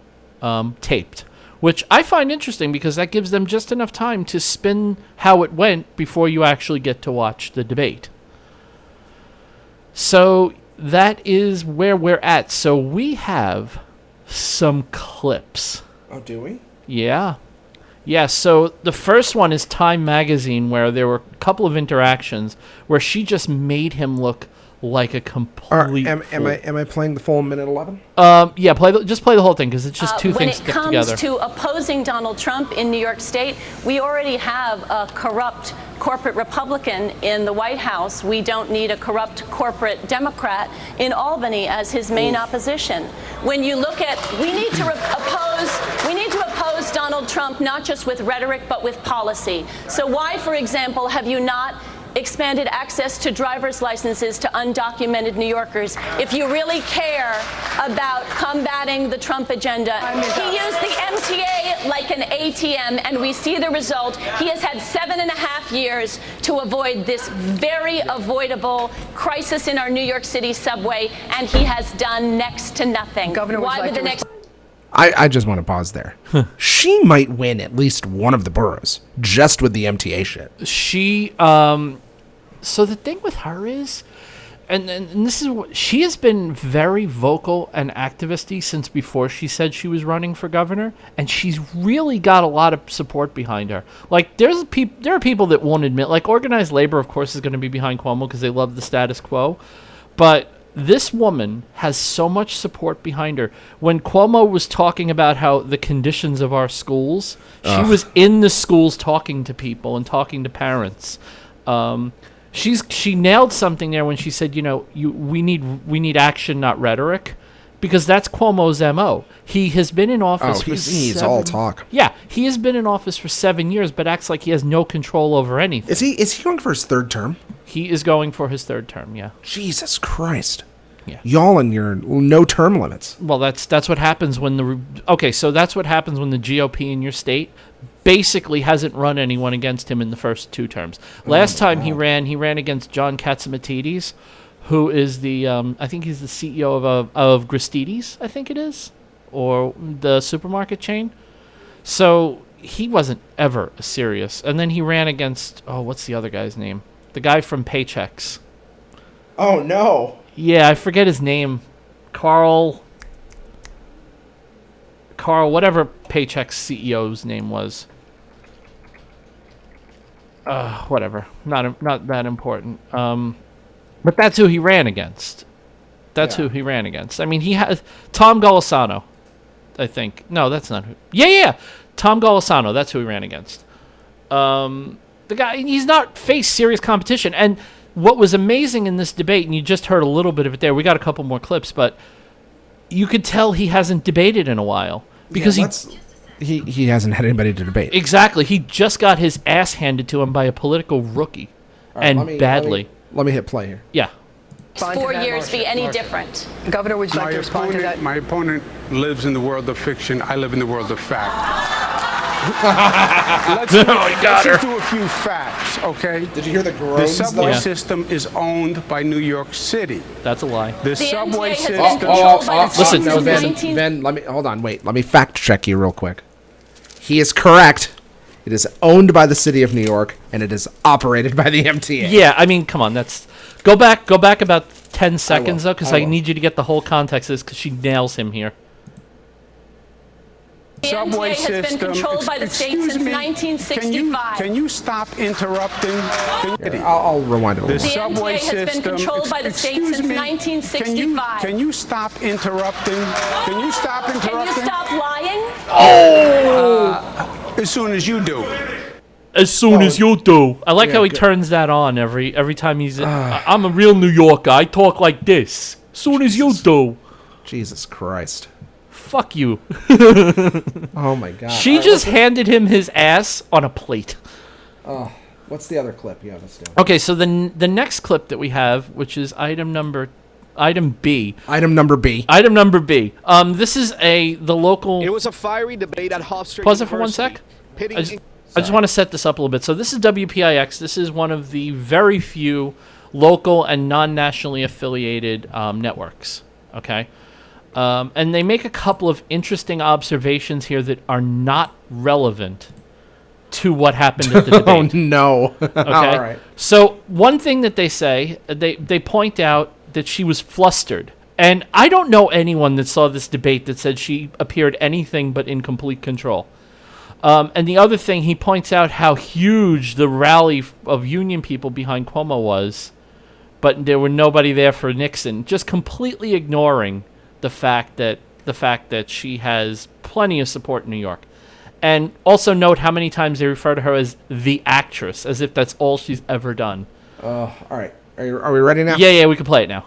B: Um, taped, which I find interesting because that gives them just enough time to spin how it went before you actually get to watch the debate. So that is where we're at. So we have some clips.
A: Oh, do we?
B: Yeah. Yeah, so the first one is Time Magazine, where there were a couple of interactions where she just made him look like a complete.
A: am, am
B: fool.
A: I am I playing the full minute eleven?
B: Um, yeah, play the, just play the whole thing because it's just two
F: Uh, when
B: things
F: it
B: stuck
F: comes
B: together.
F: to opposing Donald Trump in New York State, we already have a corrupt corporate Republican in the White House. We don't need a corrupt corporate Democrat in Albany as his main opposition. When you look at, we need to re- oppose, we need to oppose Donald Trump not just with rhetoric but with policy. So why, for example, have you not? expanded access to driver's licenses to undocumented New Yorkers. If you really care about combating the Trump agenda, he used the MTA like an ATM, and we see the result. He has had seven and a half years to avoid this very avoidable crisis in our New York City subway, and he has done next to nothing.
G: Governor, would
F: Why
G: you like
F: would the
G: to
F: next
A: I, I just want to pause there. she might win at least one of the boroughs just with the MTA shit.
B: she um so the thing with her is and, and, and this is what she has been very vocal and activisty since before she said she was running for governor and she's really got a lot of support behind her like there's peop- there are people that won't admit like organized labor of course is going to be behind cuomo because they love the status quo but this woman has so much support behind her. When Cuomo was talking about how the conditions of our schools, she was in the schools talking to people and talking to parents. Um, she's she nailed something there when she said, you know, you we need we need action, not rhetoric, because that's Cuomo's mo. He has been in office.
A: Oh,
B: for
A: he's- he's all
B: seven-
A: talk.
B: Yeah, he has been in office for seven years, but acts like he has no control over anything.
A: Is he is he going for his third term?
B: He is going for his third term. Yeah.
A: Jesus Christ.
B: Yeah.
A: Y'all and your no term limits.
B: Well, that's that's what happens when the re- okay. So that's what happens when the GOP in your state basically hasn't run anyone against him in the first two terms. Last time he ran, he ran against John Katzimatidis, who is the um, I think he's the CEO of of, of Gristides, I think it is, or the supermarket chain. So he wasn't ever serious. And then he ran against oh, what's the other guy's name? The guy from Paychecks.
A: Oh no.
B: Yeah, I forget his name. Carl. Carl, whatever Paycheck's CEO's name was. Uh, whatever. Not im- not that important. Um, but that's who he ran against. That's who he ran against. I mean, he has Tom Golisano, I think. No, that's not who. Yeah, yeah, yeah. Tom Golisano. That's who he ran against Um, the guy he's not faced serious competition and what was amazing in this debate and you just heard a little bit of it there we got a couple more clips but you could tell he hasn't debated in a while because he
A: he he hasn't had anybody to debate.
B: exactly he just got his ass handed to him by a political rookie
A: Let me-
B: and
A: let me-
B: badly
A: Let me hit play here.
B: yeah
G: Respond to
F: four
G: that,
F: years be
G: Marcia.
F: any
B: Marcia.
F: different?
G: Governor, would you like
H: My
G: to respond to that?
H: opponent, my opponent lives in the world of fiction. I live in the world of fact. let's do, let's just do a few facts, okay?
A: Did you hear the
H: The
A: groans?
H: subway
B: though? Yeah.
H: system is owned by New York City.
B: that's a lie
H: The,
F: The
H: subway
F: MTA has been
H: system.
F: Oh, controlled by the
B: Listen,
A: no,
B: listen.
A: Ben, Ben,
F: 19
A: let me hold on. Wait, let me fact check you real quick. He is correct. It is owned by the city of New York and it is operated by the MTA.
B: yeah i mean come on that's go back go back about 10 seconds though because
A: I
B: I,
A: will.
B: need you to get the whole context of this because she nails him here
F: The
H: subway
F: MTA has been
H: system-
F: controlled by the state
H: Excuse
F: since
H: me, Can you,
F: 1965.
H: can you stop interrupting? the city?
A: I'll, I'll rewind it a
H: The
A: little.
F: MTA
A: bit.
H: subway
F: has been
H: system-
F: controlled by the state
H: excuse
F: since
H: me,
F: 1965.
H: Can you, can you stop interrupting? Can you stop interrupting?
F: Can you stop lying?
H: As soon as you do.
B: as
A: Oh,
B: soon as you do. I like how he
A: good.
B: turns that on every every time he's.
A: Ah.
B: I- I'm a real New Yorker. I talk like this. Soon as you do.
A: Jesus Christ.
B: Fuck you.
A: Oh my god.
B: She just handed him his ass on a plate.
A: What's the other clip you have us do?
B: Okay, so the n- the next clip that we have, which is item number, item B,
A: Item number B.
B: item number B. Um, this is a the local.
G: It was a fiery debate at Hofstra
B: Pause it for one
G: University,
B: sec.
G: pitting
B: I just, I just want to set this up a little bit. So this is WPIX. This is one of the very few local and non-nationally affiliated um, networks. Okay, um, and they make a couple of interesting observations here that are not relevant to what happened at the debate.
A: Oh no.
B: Okay.
A: All right.
B: So one thing that they say, uh, they they point out that she was flustered, and I don't know anyone that saw this debate that said she appeared anything but in complete control. Um, and the other thing, he points out how huge the rally f- of union people behind Cuomo was, but there were nobody there for Nixon, just completely ignoring the fact that the fact that she has plenty of support in New York. And also note how many times they refer to her as the actress, as if that's all she's ever done.
A: All right. Are, you, are we ready now?
B: Yeah, yeah, we can play it now.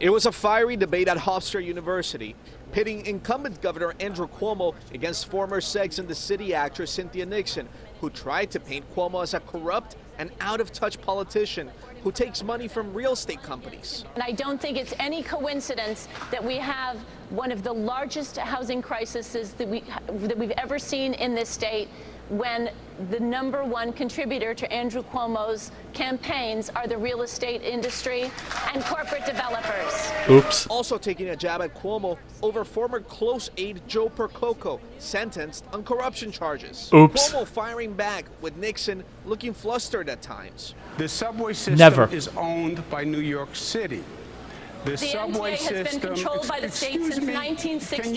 G: It was a fiery debate at Hofstra University, pitting incumbent Governor Andrew Cuomo against former Sex and the City actress Cynthia Nixon, who tried to paint Cuomo as a corrupt and out of touch politician who takes money from real estate companies.
F: And I don't think it's any coincidence that we have one of the largest housing crises that, we, that we've ever seen in this state when the number one contributor to Andrew Cuomo's campaigns are the real estate industry and corporate developers.
B: Oops.
G: Also taking a jab at Cuomo over former close aide Joe Percoco, sentenced on corruption charges.
B: Oops.
G: Cuomo firing back with Nixon looking flustered at times.
H: The subway system
B: Never.
H: is owned by New York City. The,
F: The
H: subway
F: MTA has been
H: system-
F: controlled by the state
H: Excuse
F: since
H: me,
F: 1965.
H: Can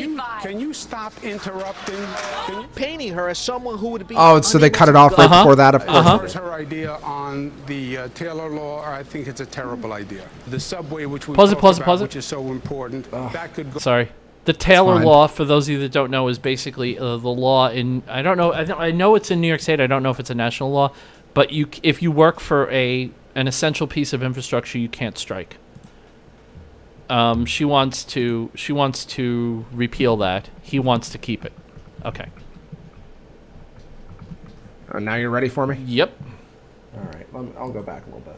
H: you, can you stop interrupting? Can you-
G: Painting her as someone who would be.
A: Oh, so they cut it off right
B: Uh-huh.
A: before that, of course.
H: As far as her idea on the uh, Taylor law, I think it's a terrible idea. The subway, which we
B: Pause it,
H: talked
B: pause it,
H: about,
B: pause it.
H: which is so important, that could go.
B: Sorry. The Taylor
A: fine.
B: Law, for those of you that don't know, is basically uh, the law in. I don't know. I, th- I know it's in New York State. I don't know if it's a national law, but you, c- if you work for a an essential piece of infrastructure, you can't strike. Um, she wants to. She wants to repeal that. He wants to keep it. Okay.
A: Uh, now you're ready for me?
B: Yep.
A: All right. I'll, I'll go back a little bit.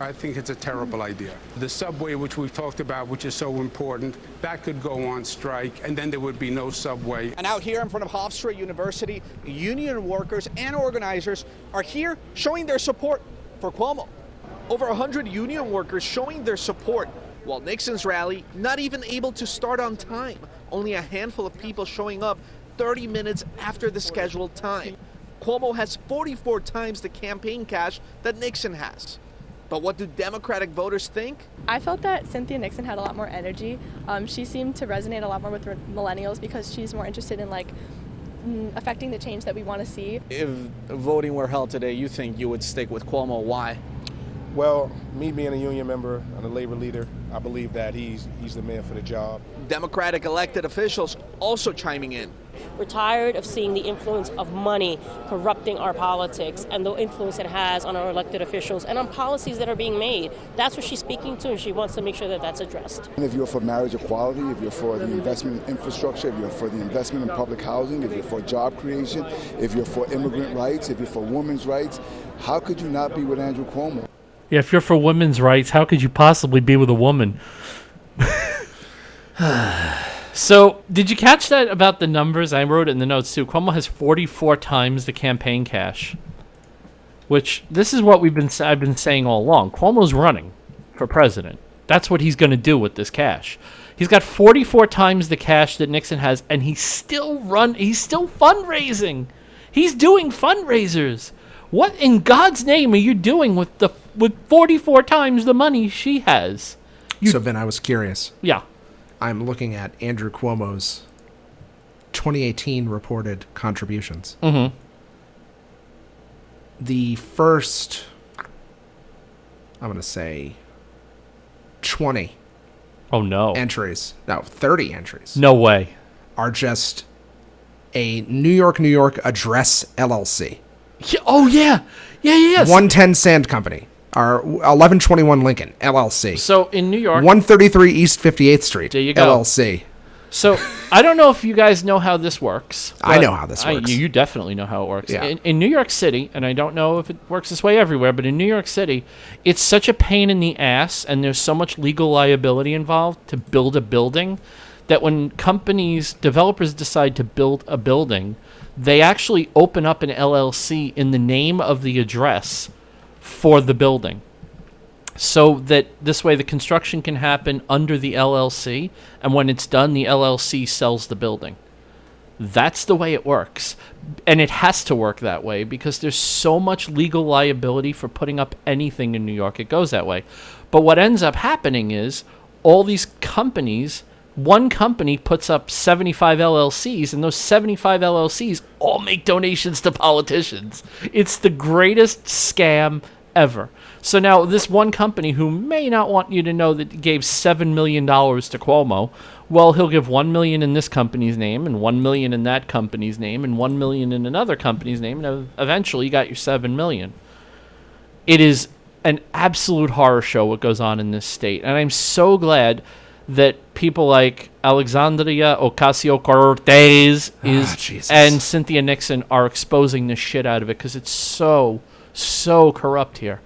H: I think it's a terrible idea. The subway, which we've talked about, which is so important, that could go on strike, and then there would be no subway.
G: And out here in front of Hofstra University, union workers and organizers are here showing their support for Cuomo. Over 100 union workers showing their support, while Nixon's rally not even able to start on time. Only a handful of people showing up 30 minutes after the scheduled time. Cuomo has 44 times the campaign cash that Nixon has. But what do Democratic voters think?
I: I felt that Cynthia Nixon had a lot more energy. Um, she seemed to resonate a lot more with re- millennials because she's more interested in like mm, affecting the change that we want to see.
J: if voting were held today, you think you would stick with Cuomo? Why?
K: Well, me being a union member and a labor leader, I believe that he's he's the man for the job.
G: Democratic elected officials also chiming in.
L: We're tired of seeing the influence of money corrupting our politics and the influence it has on our elected officials and on policies that are being made. That's what she's speaking to, and she wants to make sure that that's addressed.
K: And if you're for marriage equality, if you're for the investment in infrastructure, if you're for the investment in public housing, if you're for job creation, if you're for immigrant rights, if you're for women's rights, how could you not be with Andrew Cuomo?
B: Yeah, if you're for women's rights, how could you possibly be with a woman? so, did you catch that about the numbers? I wrote it in the notes too. Cuomo has 44 times the campaign cash, which this is what we've been sa- I've been saying all along. Cuomo's running for president. That's what he's going to do with this cash. He's got 44 times the cash that Nixon has, and he's still run. He's still fundraising. He's doing fundraisers. What in God's name are you doing with the with 44 times the money she has?
A: so, Vin, I was curious.
B: Yeah.
A: I'm looking at Andrew Cuomo's 2018 reported contributions.
B: Mm-hmm.
A: The first, I'm going to say, 20
B: Oh no.
A: entries, no, 30 entries,
B: no way.
A: are just a New York, New York address LLC.
B: Yeah, oh yeah. Yeah, yeah, yes.
A: 110 Sand Company, or 1121 Lincoln, LLC.
B: so in New York,
A: 133 East 58th Street,
B: There you go.
A: LLC.
B: So I don't know if you guys know how this works.
A: I
B: but
A: know how this
B: I-
A: works.
B: you- you definitely know how it works.
A: Yeah.
B: In, in New York City, and I don't know if it works this way everywhere, but in New York City, it's such a pain in the ass, and there's so much legal liability involved to build a building that when companies, developers decide to build a building, they actually open up an LLC in the name of the address for the building so that this way the construction can happen under the LLC, and when it's done, the LLC sells the building. That's the way it works. And it has to work that way because there's so much legal liability for putting up anything in New York. It goes that way. But what ends up happening is all these companies, one company puts up 75 LLCs, and those 75 LLCs all make donations to politicians. It's the greatest scam ever. So now this one company who may not want you to know that gave 7 million dollars to Cuomo, well he'll give 1 million in this company's name and 1 million in that company's name and 1 million in another company's name and ev- eventually you got your 7 million. It is an absolute horror show what goes on in this state and I'm so glad that people like Alexandria Ocasio-Cortez
A: Ah,
B: is
A: Jesus.
B: and Cynthia Nixon are exposing the shit out of it because it's so so corrupt here.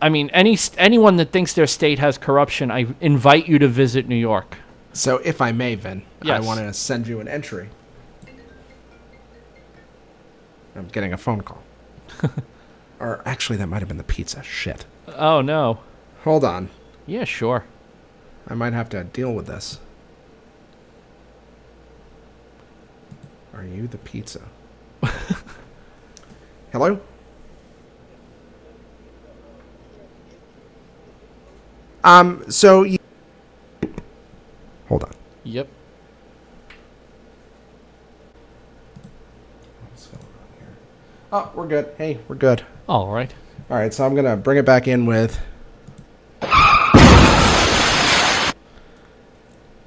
B: I mean, any st- anyone that thinks their state has corruption, I invite you to visit New York.
A: So, if I may, Vin,
B: Yes.
A: I want to send you an entry. I'm getting a phone call. or actually, that might have been the pizza. Shit.
B: Oh no.
A: Hold on.
B: Yeah, sure.
A: I might have to deal with this. Are you the pizza? Hello? Um, so. You- Hold on.
B: Yep.
A: Oh, we're good. Hey, we're good.
B: All right.
A: All right, so I'm gonna bring it back in with.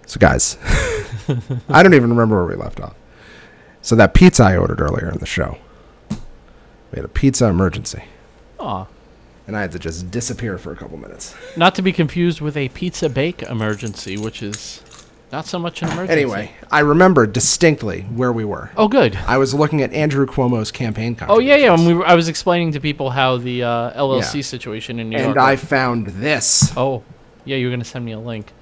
A: So guys, I don't even remember where we left off. So that pizza I ordered earlier in the show, we had a pizza emergency,
B: Aw.
A: and I had to just disappear for a couple minutes.
B: Not to be confused with a pizza bake emergency, which is not so much an emergency.
A: Anyway, I remember distinctly where we were.
B: Oh, good.
A: I was looking at Andrew Cuomo's campaign contribution.
B: Oh yeah, yeah. And we were, I was explaining to people how the uh, LLC situation in New
A: and
B: York.
A: I found this.
B: Oh, yeah. You were gonna send me a link.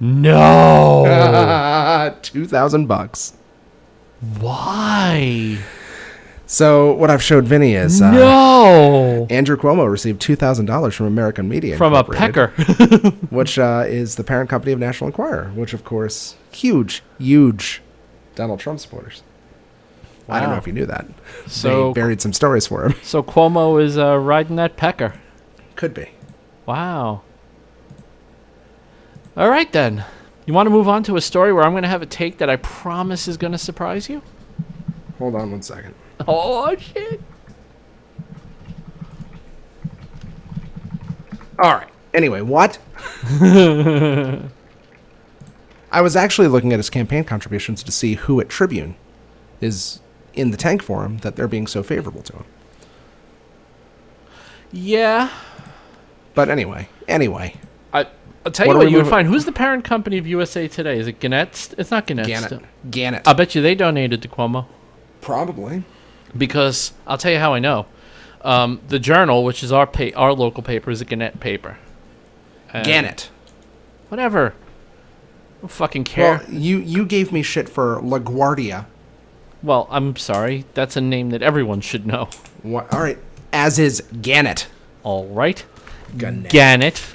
B: No. Oh.
A: Two thousand bucks.
B: Why?
A: So what I've showed Vinny is uh,
B: No.
A: Andrew Cuomo received two thousand dollars from American Media
B: From a
A: Incorporated,
B: pecker.
A: which uh, is the parent company of National Enquirer, which of course huge, huge Donald Trump supporters. I don't know
B: Wow.
A: if you knew that.
B: So-
A: they buried some stories for him.
B: So Cuomo is uh, riding that pecker.
A: Could be.
B: Wow. All right then. You want to move on to a story where I'm going to have a take that I promise is going to surprise you?
A: Hold on one second.
B: Oh shit.
A: All right. Anyway, what? I was actually looking at his campaign contributions to see who at Tribune is in the tank for him that they're being so favorable to him.
B: Yeah.
A: But anyway, anyway,
B: I I'll tell
A: What
B: you
A: are
B: what
A: we
B: you would
A: moving-
B: find. Who's the parent company of USA Today? Is it Gannett? St- It's not Gannett.
A: Gannett.
B: St-
A: Gannett.
B: I bet you they donated to Cuomo.
A: Probably.
B: because I'll tell you how I know. Um, the Journal, which is our pa- our local paper, is a Gannett paper. And
A: Gannett.
B: Whatever. I don't fucking care.
A: Well, you you gave me shit for LaGuardia.
B: Well, I'm sorry. That's a name that everyone should know.
A: What? All right. As is Gannett.
B: All right.
A: Gannett.
B: Gannett,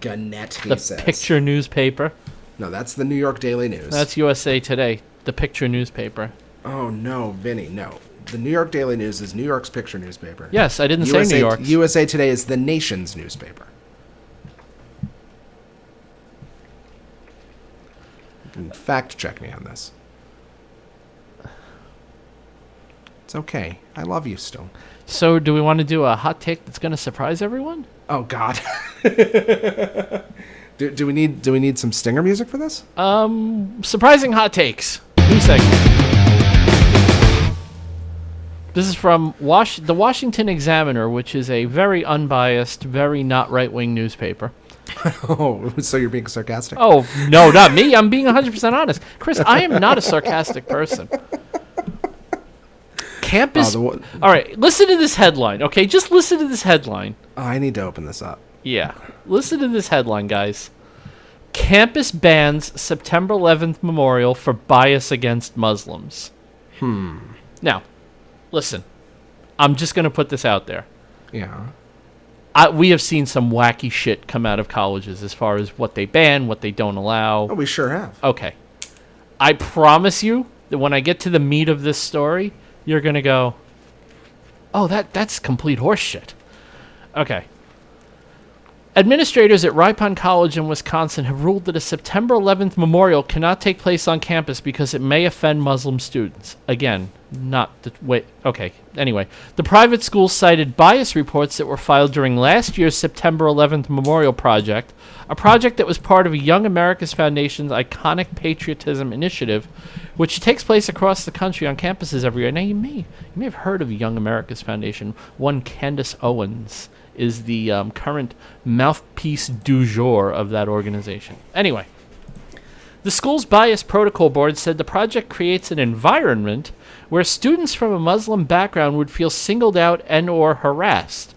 A: Gannett. He
B: the
A: says.
B: picture newspaper.
A: No, that's the New York Daily News.
B: That's USA Today, the picture newspaper.
A: Oh no, Vinny, no. The New York Daily News is New York's picture newspaper.
B: Yes, I didn't say
A: USA
B: New York's.
A: USA Today is the nation's newspaper. You can fact check me on this. It's okay. I love you still.
B: So, do we want to do a hot take that's going to surprise everyone?
A: Oh God. do, do we need do we need some stinger music for this?
B: Um, surprising hot takes. New segment. This is from Wash- the Washington Examiner, which is a very unbiased, very not right wing newspaper.
A: oh, so you're being sarcastic.
B: Oh, no, not me. I'm being 100% honest. Chris, I am not a sarcastic person. Campus.
A: Oh, the wo-
B: All right, listen to this headline, okay? Just listen to this headline.
A: Oh, I need to open this up.
B: Yeah. Listen to this headline, guys. Campus bans September 11th memorial for bias against Muslims.
A: Hmm.
B: Now, listen. I'm just going to put this out there.
A: Yeah.
B: I, we have seen some wacky shit come out of colleges as far as what they ban, what they don't allow.
A: Oh, we sure have.
B: Okay. I promise you that when I get to the meat of this story, you're going to go, "Oh, that that's complete horseshit." Okay. Administrators at Ripon College in Wisconsin have ruled that a September 11th memorial cannot take place on campus because it may offend Muslim students. Again, not the wait. Okay. Anyway, the private school cited bias reports that were filed during last year's September 11th memorial project, a project that was part of Young America's Foundation's iconic patriotism initiative, which takes place across the country on campuses every year. Now you may you may have heard of Young America's Foundation. One Candace Owens is the um, current mouthpiece du jour of that organization. Anyway, the school's bias protocol board said the project creates an environment where students from a Muslim background would feel singled out and or harassed.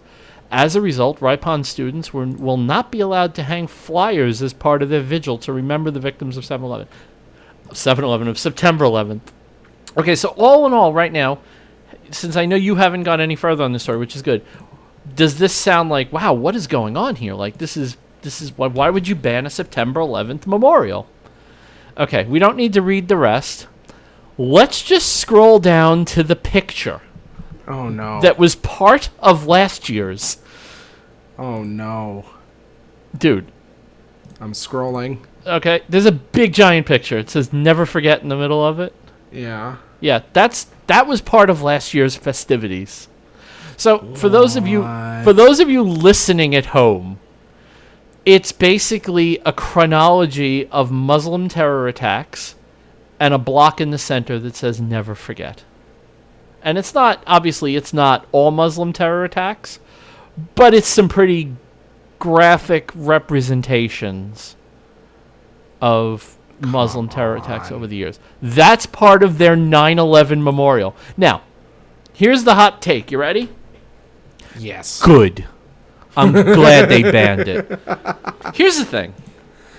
B: As a result, Ripon students were, will not be allowed to hang flyers as part of their vigil to remember the victims of 7/11. 7/11 of September 11th. Okay, so all in all, right now, since I know you haven't gone any further on this story, which is good, does this sound like wow? What is going on here? Like this is this is why, why would you ban a September 11th memorial? Okay, we don't need to read the rest. Let's just scroll down to the picture
A: Oh no.
B: that was part of last year's.
A: oh no.
B: Dude,
A: I'm scrolling.
B: okay, there's a big giant picture. It says never forget in the middle of it.
A: Yeah.
B: Yeah, that's that was part of last year's festivities. So for those of you for those of you listening at home, it's basically a chronology of Muslim terror attacks and a block in the center that says never forget. And it's not obviously it's not all Muslim terror attacks, but it's some pretty graphic representations of Muslim terror attacks over the years. That's part of their 9/11 memorial. Now, here's the hot take. You ready?
A: Yes.
B: Good. I'm glad they banned it. Here's the thing.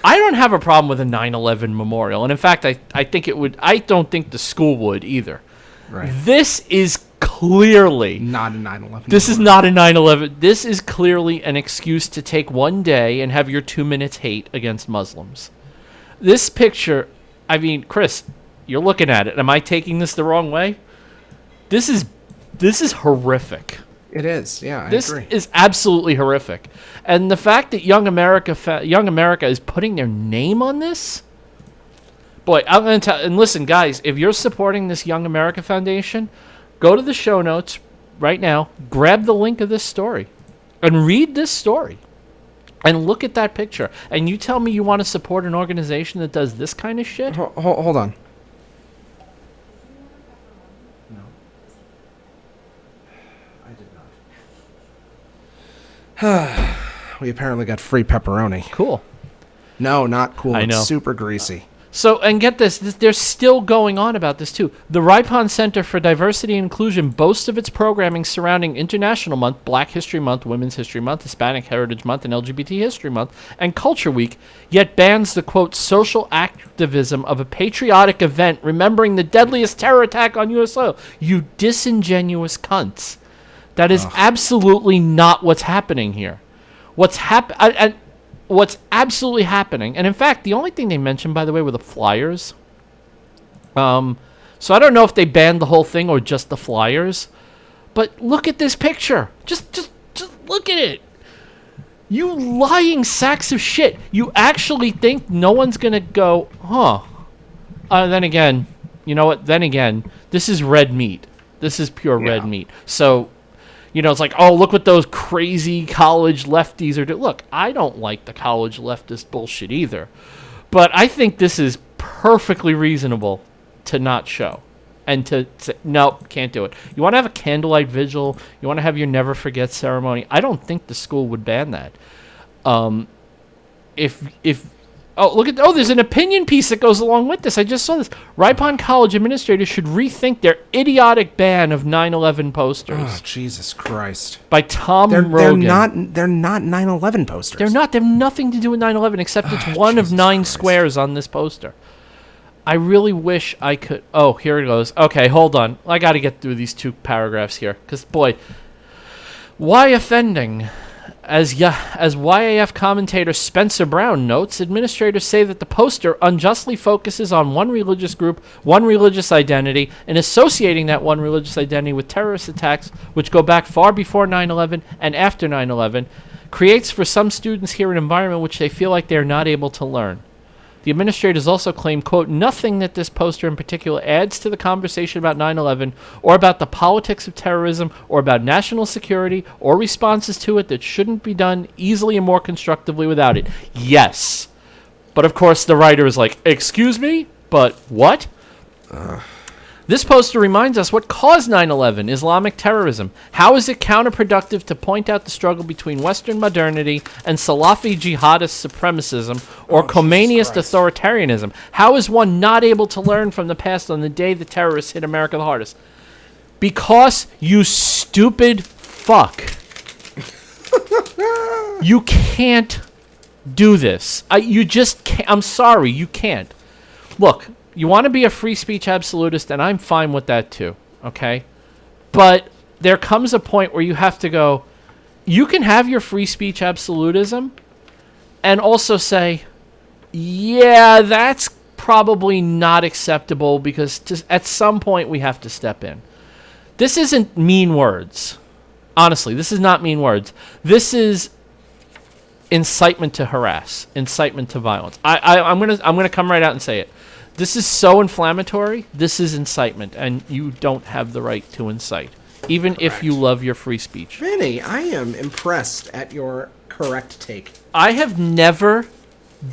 B: I don't have a problem with a 9/11 memorial, and in fact, I I think it would. I don't think the school would either.
A: Right.
B: This is clearly
A: Not a 9/11.
B: this is not a 9/11. This is clearly an excuse to take one day and have your 2 minutes hate against Muslims. This picture, I mean, Chris, you're looking at it. Am I taking this the wrong way? This is this is horrific.
A: It is. Yeah, I
B: This
A: agree.
B: is absolutely horrific. And the fact that Young America fa- Young America is putting their name on this? Boy, I'm going to tell and listen guys, if you're supporting this Young America Foundation, go to the show notes right now, grab the link of this story and read this story. And look at that picture. And you tell me you want to support an organization that does this kind of shit?
A: Ho- ho- hold on. We apparently got free pepperoni.
B: Cool.
A: No, not cool.
B: I
A: It's
B: know.
A: super greasy.
B: So, and get this, this, they're still going on about this too. The Ripon Center for Diversity and Inclusion boasts of its programming surrounding International Month, Black History Month, Women's History Month, Hispanic Heritage Month, and LGBT History Month, and Culture Week, yet bans the quote social activism of a patriotic event remembering the deadliest terror attack on U.S. soil. You disingenuous cunts. That is absolutely not what's happening here. What's hap- I- I- what's absolutely happening, and in fact, the only thing they mentioned, by the way, were the flyers. Um, so I don't know if they banned the whole thing or just the flyers, but look at this picture. Just, just, just look at it. You lying sacks of shit. You actually think no one's gonna go, huh? Uh, then again, you know what? Then again, this is red meat. This is pure red meat. So, you know, it's like, oh, look what those crazy college lefties are doing. Look, I don't like the college leftist bullshit either, but I think this is perfectly reasonable to not show and to say, nope, can't do it. You want to have a candlelight vigil, you want to have your never forget ceremony. I don't think the school would ban that. Um, if if oh look at oh there's an opinion piece that goes along with this. I just saw this. Ripon College administrators should rethink their idiotic ban of 9/11 posters.
A: Oh, Jesus Christ.
B: By Tom
A: They're, they're
B: Rogan.
A: not they're not 9/11 posters.
B: They're not. They have nothing to do with 9/11 except
A: Ah,
B: it's one of nine squares on this poster. I really wish I could. Oh, here it goes. Okay, hold on. I got to get through these two paragraphs here because boy, why offending? As ya as YAF commentator Spencer Brown notes, administrators say that the poster unjustly focuses on one religious group, one religious identity, and associating that one religious identity with terrorist attacks which go back far before 9/11 and after 9/11 creates for some students here an environment which they feel like they are not able to learn. The administrators also claim, quote, nothing that this poster in particular adds to the conversation about 9 11 or about the politics of terrorism or about national security or responses to it that shouldn't be done easily and more constructively without it. Yes. But of course, the writer is like, excuse me, but what? This poster reminds us what caused 9 11 Islamic terrorism. How is it counterproductive to point out the struggle between Western modernity and Salafi jihadist supremacism or Khomeiniist authoritarianism? How is one not able to learn from the past on the day the terrorists hit America the hardest? Because you stupid fuck. you can't do this. I, you just can't. I'm sorry, you can't. Look, you want to be a free speech absolutist, and I'm fine with that too, okay? But there comes a point where you have to go, you can have your free speech absolutism and also say, yeah, that's probably not acceptable because to, at some point we have to step in. This isn't mean words. Honestly, this is not mean words. This is incitement to harass, incitement to violence. I, I I'm gonna I'm gonna come right out and say it. This is so inflammatory. This is incitement, and you don't have the right to incite, even if you love your free speech.
M: Vinny, I am impressed at your correct take.
B: I have never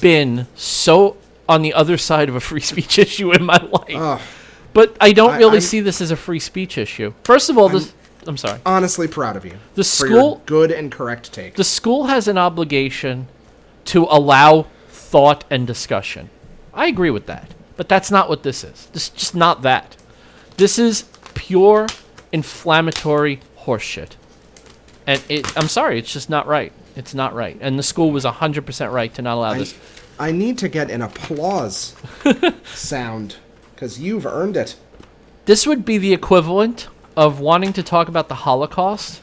B: been so on the other side of a free speech issue in my life, but I don't
A: I-
B: really
A: I'm-
B: see this as a free speech issue. First of all, this I'm sorry.
M: Honestly, proud of you.
B: The
M: for your
B: school-
M: good and correct take.
B: The school has an obligation to allow thought and discussion. I agree with that. But that's not what this is. This is just not that. This is pure inflammatory horseshit. And it, I'm sorry, it's just not right. It's not right. And the school was 100% right to not allow
M: I,
B: this.
M: I need to get an applause sound because you've earned it.
B: This would be the equivalent of wanting to talk about the Holocaust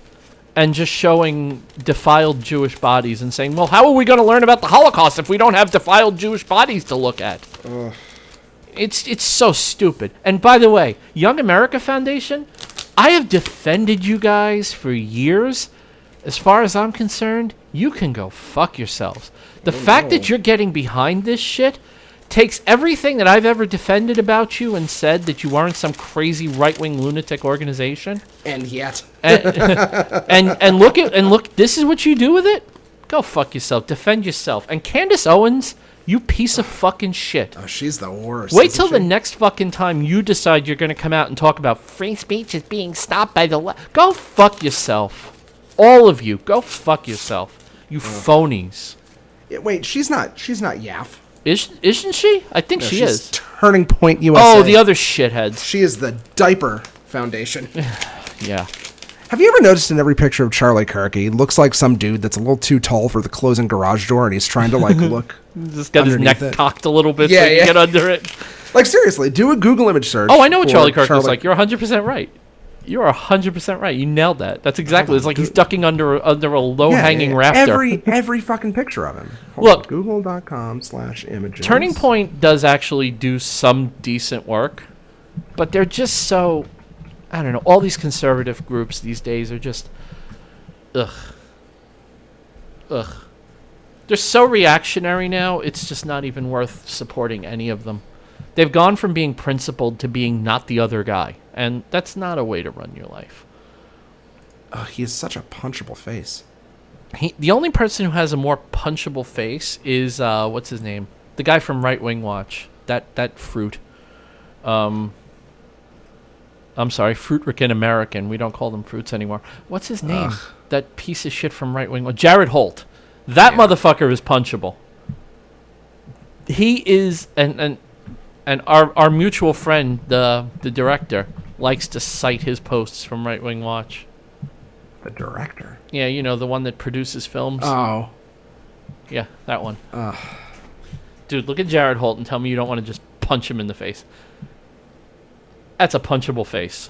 B: and just showing defiled Jewish bodies and saying, well, how are we going to learn about the Holocaust if we don't have defiled Jewish bodies to look at? It's it's so stupid. And by the way, Young America Foundation, I have defended you guys for years. As far as I'm concerned, you can go fuck yourselves. The fact that you're getting behind this shit takes everything that I've ever defended about you and said that you aren't some crazy right-wing lunatic organization.
M: And yet.
B: And and, and look at and look this is what you do with it? Go fuck yourself. Defend yourself. And Candace Owens, you piece of fucking shit.
M: Oh, she's the worst.
B: Wait
M: isn't
B: till the
M: she?
B: next fucking time you decide you're going to come out and talk about free speech is being stopped by the left. Go fuck yourself. All of you, go fuck yourself. You phonies.
M: Yeah, Wait, she's not. She's not Yaff.
B: Is, isn't she? I think
M: No,
B: she
M: she's
B: is.
M: Turning Point USA.
B: oh, the other shitheads.
M: She is the Diaper Foundation.
B: Yeah.
A: Have you ever noticed in every picture of Charlie Kirk, he looks like some dude that's a little too tall for the closing garage door, and he's trying to like look.
B: Just got his neck
A: underneath it.
B: cocked a little bit
A: Yeah,
B: so you
A: yeah.
B: can get under it.
A: Like seriously, do a Google image search.
B: Oh, I know what
A: for
B: Charlie Kirk looks like. You're 100% right. You're 100% right. You nailed that. That's exactly. It's like he's ducking under under a
A: Yeah, yeah,
B: low-hanging
A: yeah.
B: rafter.
A: Every every fucking picture of him.
B: Look.
A: Google.com slash images.
B: Turning Point does actually do some decent work, but they're just so I don't know. All these conservative groups these days are just ugh. Ugh. They're so reactionary now, it's just not even worth supporting any of them. They've gone from being principled to being not the other guy, and that's not a way to run your life.
A: Oh, he has such a punchable face.
B: He, the only person who has a more punchable face is uh, what's his name? The guy from Right Wing Watch. That that fruit. Um, I'm sorry, Fruitrickin American. We don't call them fruits anymore. What's his name? That piece of shit from Right Wing Watch. Jared Holt. That motherfucker is punchable. he is and and and our our mutual friend the the director likes to cite his posts from Right Wing Watch.
A: The director.
B: Yeah, you know the one that produces films.
A: Oh.
B: Yeah, that one. Dude, look at Jared Holt and tell me you don't want to just punch him in the face. That's a punchable face.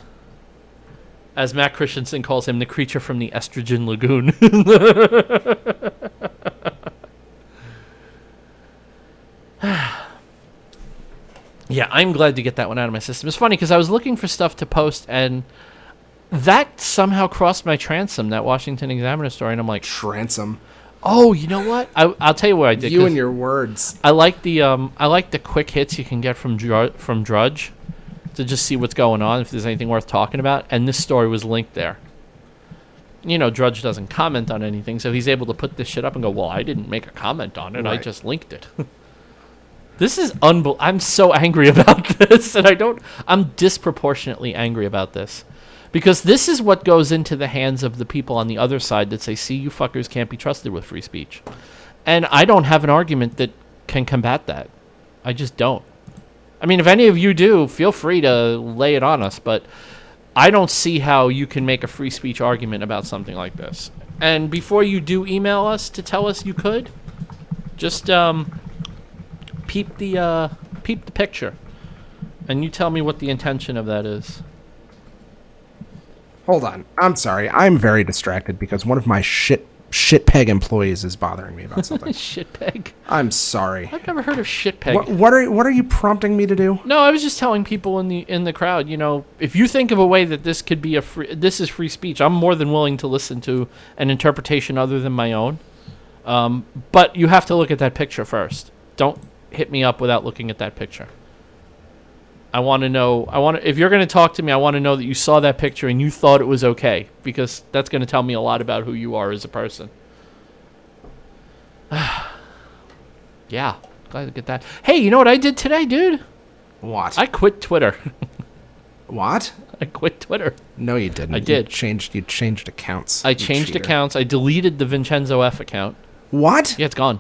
B: As Matt Christensen calls him, the creature from the estrogen lagoon. yeah, I'm glad to get that one out of my system. It's funny because I was looking for stuff to post and that somehow crossed my transom, that Washington Examiner story, and I'm like,
A: transom.
B: Oh, you know what? I, I'll tell you where I did.
A: You
B: 'cause
A: and your words.
B: I like the um, I like the quick hits you can get from Dr- from Drudge to just see what's going on if there's anything worth talking about. And this story was linked there. You know, Drudge doesn't comment on anything, so he's able to put this shit up and go, "Well, I didn't make a comment on it. I
N: Right.
B: just linked it." this is unbel. I'm so angry about this, and I don't. I'm disproportionately angry about this. Because this is what goes into the hands of the people on the other side that say, see, you fuckers can't be trusted with free speech. And I don't have an argument that can combat that. I just don't. I mean, if any of you do, feel free to lay it on us, but I don't see how you can make a free speech argument about something like this. And before you do email us to tell us you could, just um, peep the uh, peep the picture, and you tell me what the intention of that is.
A: Hold on. I'm sorry. I'm very distracted because one of my shit shit peg employees is bothering me about something.
B: Shitpeg.
A: I'm sorry.
B: I've never heard of shitpeg.
A: What, what are what are you prompting me to do?
B: No, I was just telling people in the in the crowd, you know, if you think of a way that this could be a free, this is free speech, I'm more than willing to listen to an interpretation other than my own. Um, but you have to look at that picture first. Don't hit me up without looking at that picture. I want to know. I want to, if you're going to talk to me, I want to know that you saw that picture and you thought it was okay because that's going to tell me a lot about who you are as a person. yeah, glad to get that. Hey, you know what I did today, dude?
A: What?
B: I quit Twitter.
A: What?
B: I quit Twitter.
A: No, you didn't.
B: I
A: You
B: did.
A: changed. You changed accounts.
B: I
A: you
B: changed
A: cheater.
B: accounts. I deleted the Vincenzo F account.
A: What?
B: Yeah, it's gone.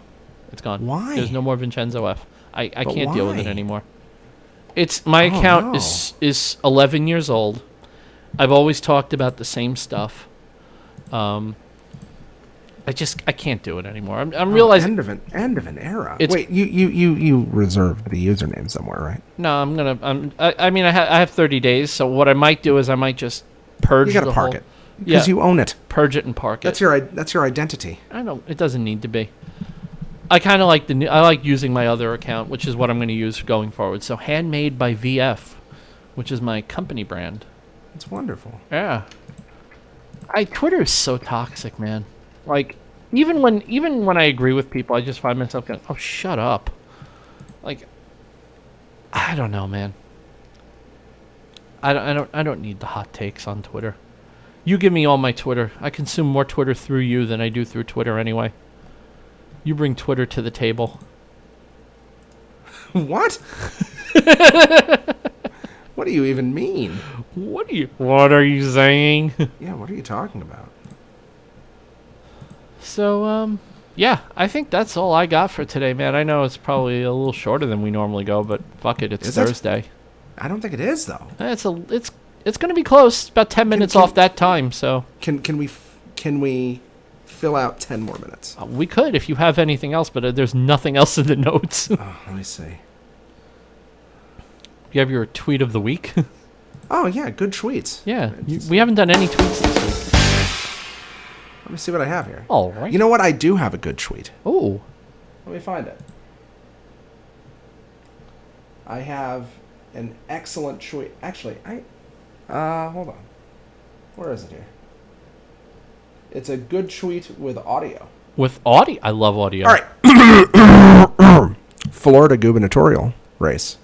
B: It's gone.
A: Why?
B: There's no more Vincenzo F. I, I
A: But
B: can't deal with it
A: why?
B: anymore. It's my
A: Oh,
B: account
A: no.
B: is is 11 years old. I've always talked about the same stuff. Um, I just I can't do it anymore. I'm, I'm
A: Oh,
B: realizing
A: end of an end of an era.
B: It's-
A: Wait, you you you you reserved the username somewhere, right?
B: No, I'm gonna. I'm, I, I mean, I, ha- I have 30 days. So what I might do is I might just purge.
A: gotta
B: the
A: park
B: whole-
A: it, 'cause you own it.
B: Purge it and park
A: That's
B: it.
A: your i- that's your identity.
B: I don't. It doesn't need to be. I kind of like the. New, I like using my other account, which is what I'm going to use going forward. So handmade by VF, which is my company brand.
A: It's wonderful.
B: Yeah. I Twitter is so toxic, man. Like even when even when I agree with people, I just find myself going, "Oh, shut up." Like I don't know, man. I don't I don't I don't need the hot takes on Twitter. You give me all my Twitter. I consume more Twitter through you than I do through Twitter anyway. You bring Twitter to the table.
A: what? what do you even mean?
B: What are you What are you saying?
A: Yeah, what are you talking about?
B: So, um, yeah, I think that's all I got for today, man. I know it's probably a little shorter than we normally go, but fuck it, it's
A: Is it?
B: Thursday.
A: I don't think it is though.
B: Eh, It's a it's it's gonna be close, about ten minutes off that time. So
A: Can can we f- can we fill out ten more minutes?
B: uh, we could if you have anything else, but uh, there's nothing else in the notes.
A: Let me see.
B: you have your tweet of the week.
A: Oh yeah, good tweets.
B: yeah, you- we haven't done any tweets this week.
A: Let me see what I have here.
B: All right.
A: You know what? I do have a good tweet.
B: Oh,
A: Let me find it. I have an excellent tweet. Actually, I. Uh, hold on. Where is it here? It's a good tweet with audio.
B: with audio, I love audio.
A: All right. Florida gubernatorial race.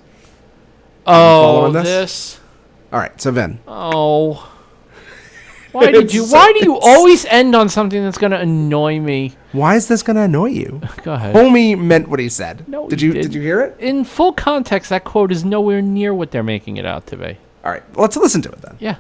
B: Oh,
A: following this?
B: this.
A: All right, so Vin.
B: Oh. Why did
A: It's
B: you?
A: so-
B: Why do you
A: it's-
B: always end on something that's gonna annoy me?
A: Why is this going to annoy you?
B: Go ahead.
A: Homie meant what he said.
B: No,
A: did
B: he
A: you
B: didn't.
A: did you hear it?
B: In full context, that quote is nowhere near what they're making it out to be.
A: All right, let's listen to it then.
B: Yeah.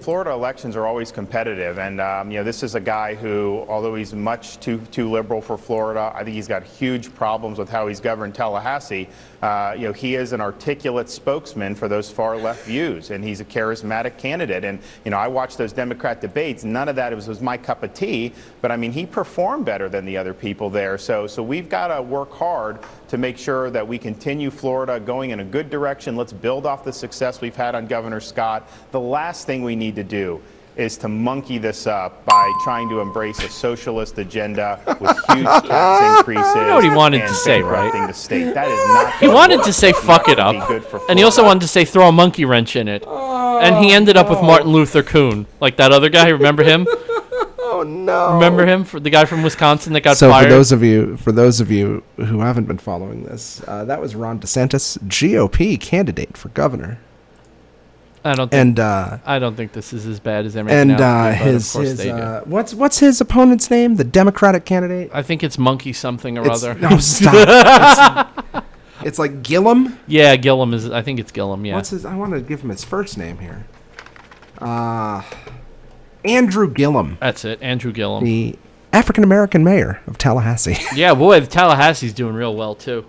N: Florida elections are always competitive, and um, you know this is a guy who, although he's much too too liberal for Florida, I think he's got huge problems with how he's governed Tallahassee. Uh, you know he is an articulate spokesman for those far left views, and he's a charismatic candidate. And you know I watched those Democrat debates; none of that was, was my cup of tea. But I mean, he performed better than the other people there. So so we've got to work hard to make sure that we continue Florida going in a good direction. Let's build off the success we've had on Governor Scott. The last thing we need to do is to monkey this up by trying to embrace a socialist agenda with huge tax increases.
B: You know what he wanted
N: and
B: to say, right?
N: bankrupting The state. That is not
B: He
N: gonna
B: wanted
N: work.
B: to say
N: It's
B: fuck
N: not
B: it
N: gonna be
B: up.
N: good for
B: And he also wanted to say throw a monkey wrench in it. And he ended up with Martin Luther Kuhn, like that other guy. Remember him?
A: Oh no.
B: Remember him? For the guy from Wisconsin that got
A: so
B: fired.
A: for those of you for those of you who haven't been following this, uh, that was Ron DeSantis, GOP candidate for governor.
B: I don't. Think,
A: And uh,
B: I don't think this is as bad as everything.
A: and
B: else,
A: uh,
B: but of
A: his
B: course
A: his
B: they do.
A: uh, what's what's his opponent's name? The Democratic candidate.
B: I think it's monkey something or
A: It's-
B: other.
A: no, stop. It's, it's like Gillum.
B: yeah, Gillum is. I think it's Gillum. Yeah.
A: What's his? I want to give him his first name here. Uh, Andrew Gillum,
B: That's it. Andrew Gillum.
A: the African American mayor of Tallahassee.
B: yeah, boy, Tallahassee's doing real well too.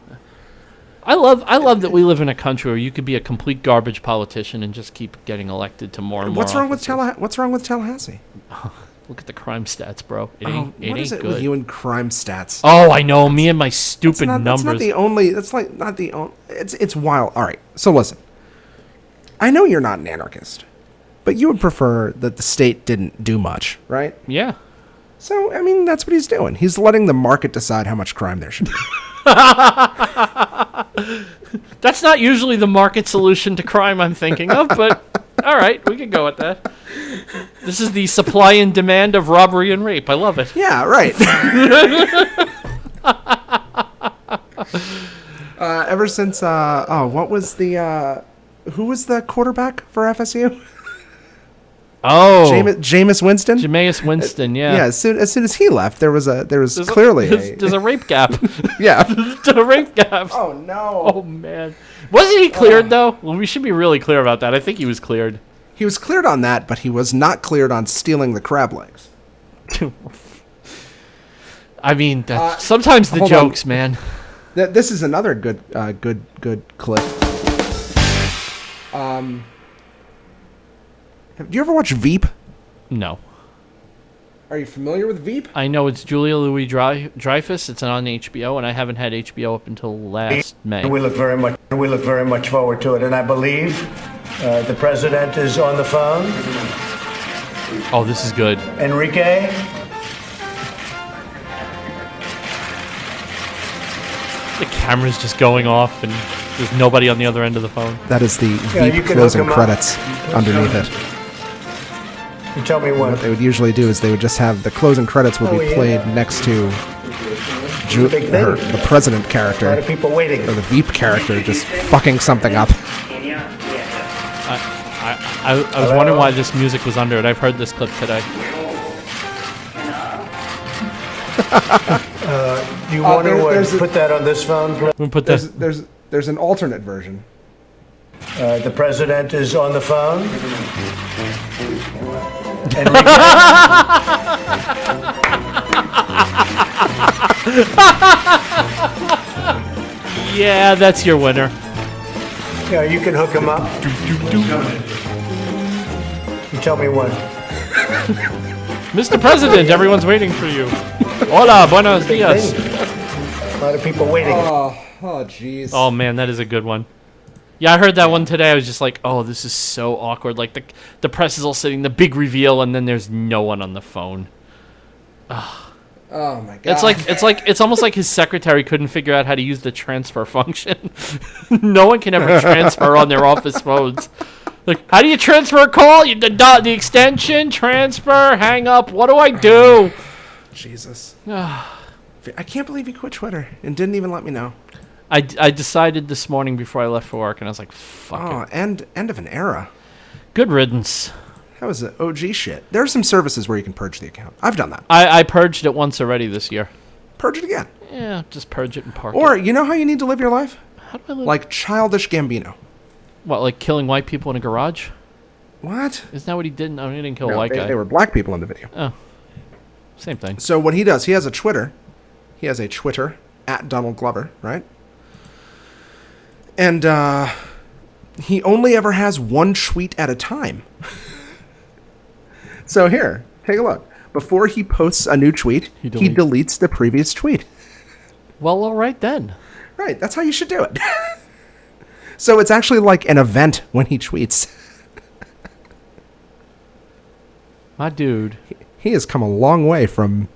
B: I love, I love that we live in a country where you could be a complete garbage politician and just keep getting elected to more and more.
A: what's wrong
B: office.
A: with Tallahassee? What's wrong with Tallahassee?
B: Look at the crime stats, bro. It
A: Oh,
B: ain't, it
A: what is
B: ain't
A: it with
B: good.
A: you and crime stats?
B: oh, I know. Me and my
A: It's
B: stupid
A: not,
B: numbers.
A: That's not the only. That's like not the only. It's it's wild. All right. So listen. I know you're not an anarchist, but you would prefer that the state didn't do much, right?
B: Yeah.
A: So I mean, that's what he's doing. He's letting the market decide how much crime there should be.
B: That's not usually the market solution to crime I'm thinking of, but all right, we can go with that. This is the supply and demand of robbery and rape. I love it.
A: Yeah, right. uh, ever since, uh, oh, what was the, uh, who was the quarterback for FSU?
B: oh,
A: Jame- Jameis Winston.
B: Jameis Winston. Yeah.
A: Yeah, as soon, as soon as he left, there was a there was
B: There's a-
A: clearly
B: there's,
A: a,
B: there's a rape gap.
A: yeah.
B: there's a rape gap.
A: Oh no.
B: Oh man. Wasn't he
A: Oh.
B: cleared though? Well, we should be really clear about that. I think he was cleared.
A: He was cleared on that, but he was not cleared on stealing the crab legs.
B: I mean, that, sometimes the
A: Uh, hold on.
B: jokes, man.
A: Th- this is another good, uh, good, good clip. Um, have you ever watched Veep?
B: No.
A: Are you familiar with Veep?
B: I know it's Julia Louis Dreyfus. It's on HBO, and I haven't had HBO up until last May.
O: We look very much. We look very much forward to it, and I believe uh, the president is on the phone.
B: Oh, this is good.
O: Enrique.
B: The camera's just going off, and there's nobody on the other end of the phone.
A: That is the
O: Yeah, you
A: Veep
O: can hook
A: closing
O: 'em up.
A: credits underneath it.
O: You tell me
A: What they would usually do is they would just have the closing credits would
O: Oh,
A: be
O: yeah.
A: played next to Ju-
O: Big thing.
A: her, the president character.
O: A lot of people waiting.
A: Or the Veep character just fucking something up.
B: I, I, I, I was wondering why this music was under it. I've heard this clip today.
O: Uh, you
A: Uh,
O: want
A: there- there's
O: to
A: a-
O: uh, put that on this phone, please?
B: put
A: There's, there's, there's an alternate version.
O: Uh, the president is on the phone.
B: Yeah, that's your winner.
O: Yeah, uh, you can hook him up. You tell me when.
B: Mr. President, everyone's waiting for you. Hola, buenos dias.
O: A lot of people waiting.
A: Oh, oh, jeez.
B: Oh man, that is a good one. Yeah, I heard that one today. I was just like, "Oh, this is so awkward." Like the the press is all sitting, the big reveal, and then there's no one on the phone.
A: Oh my god.
B: It's like it's like it's almost like his secretary couldn't figure out how to use the transfer function. no one can ever transfer on their office phones. Like, how do you transfer a call? You, the dot, the extension, transfer, hang up. What do I do?
A: Jesus. Ah. I can't believe he quit Twitter and didn't even let me know.
B: I, d- I decided this morning before I left for work, and I was like, "Fuck
A: Oh,
B: it."
A: end end of an era.
B: Good riddance.
A: That was an OG shit. There are some services where you can purge the account. I've done that.
B: I, I purged it once already this year.
A: Purge it again.
B: Yeah, just purge it and park
A: Or
B: it.
A: you know how you need to live your life?
B: How do I live?
A: Like childish Gambino.
B: what? Like killing white people in a garage?
A: What?
B: Isn't that what he did? No, he didn't kill a
A: No,
B: white
A: they,
B: guy.
A: they were black people in the video.
B: Oh. Same thing.
A: So what he does, he has a Twitter. He has a Twitter at Donald Glover, right? And uh, he only ever has one tweet at a time. so here, take a look. Before he posts a new tweet, he deletes, the previous tweet.
B: Well, all right then.
A: Right, that's how you should do it. so it's actually like an event when he tweets.
B: My dude.
A: He has come a long way from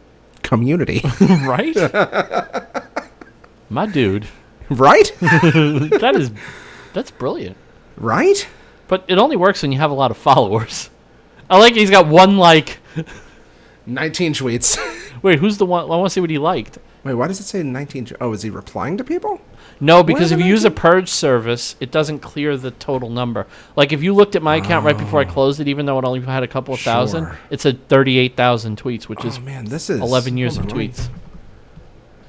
A: community.
B: right? My dude.
A: Right?
B: that is that's brilliant.
A: Right?
B: But it only works when you have a lot of followers. I like he's got one like
A: 19 tweets.
B: Wait, who's the one I want to see what he liked.
A: Wait, why does it say 19? Oh, is he replying to people?
B: No, because
A: is
B: if
A: it
B: you use a purge service, it doesn't clear the total number. Like if you looked at my account right before I closed it, even though it only had a couple of thousand,
A: Oh. Sure.
B: it said thirty-eight thousand tweets, which is
A: Oh, man, this is.
B: eleven years of
A: hold on, let me-
B: tweets.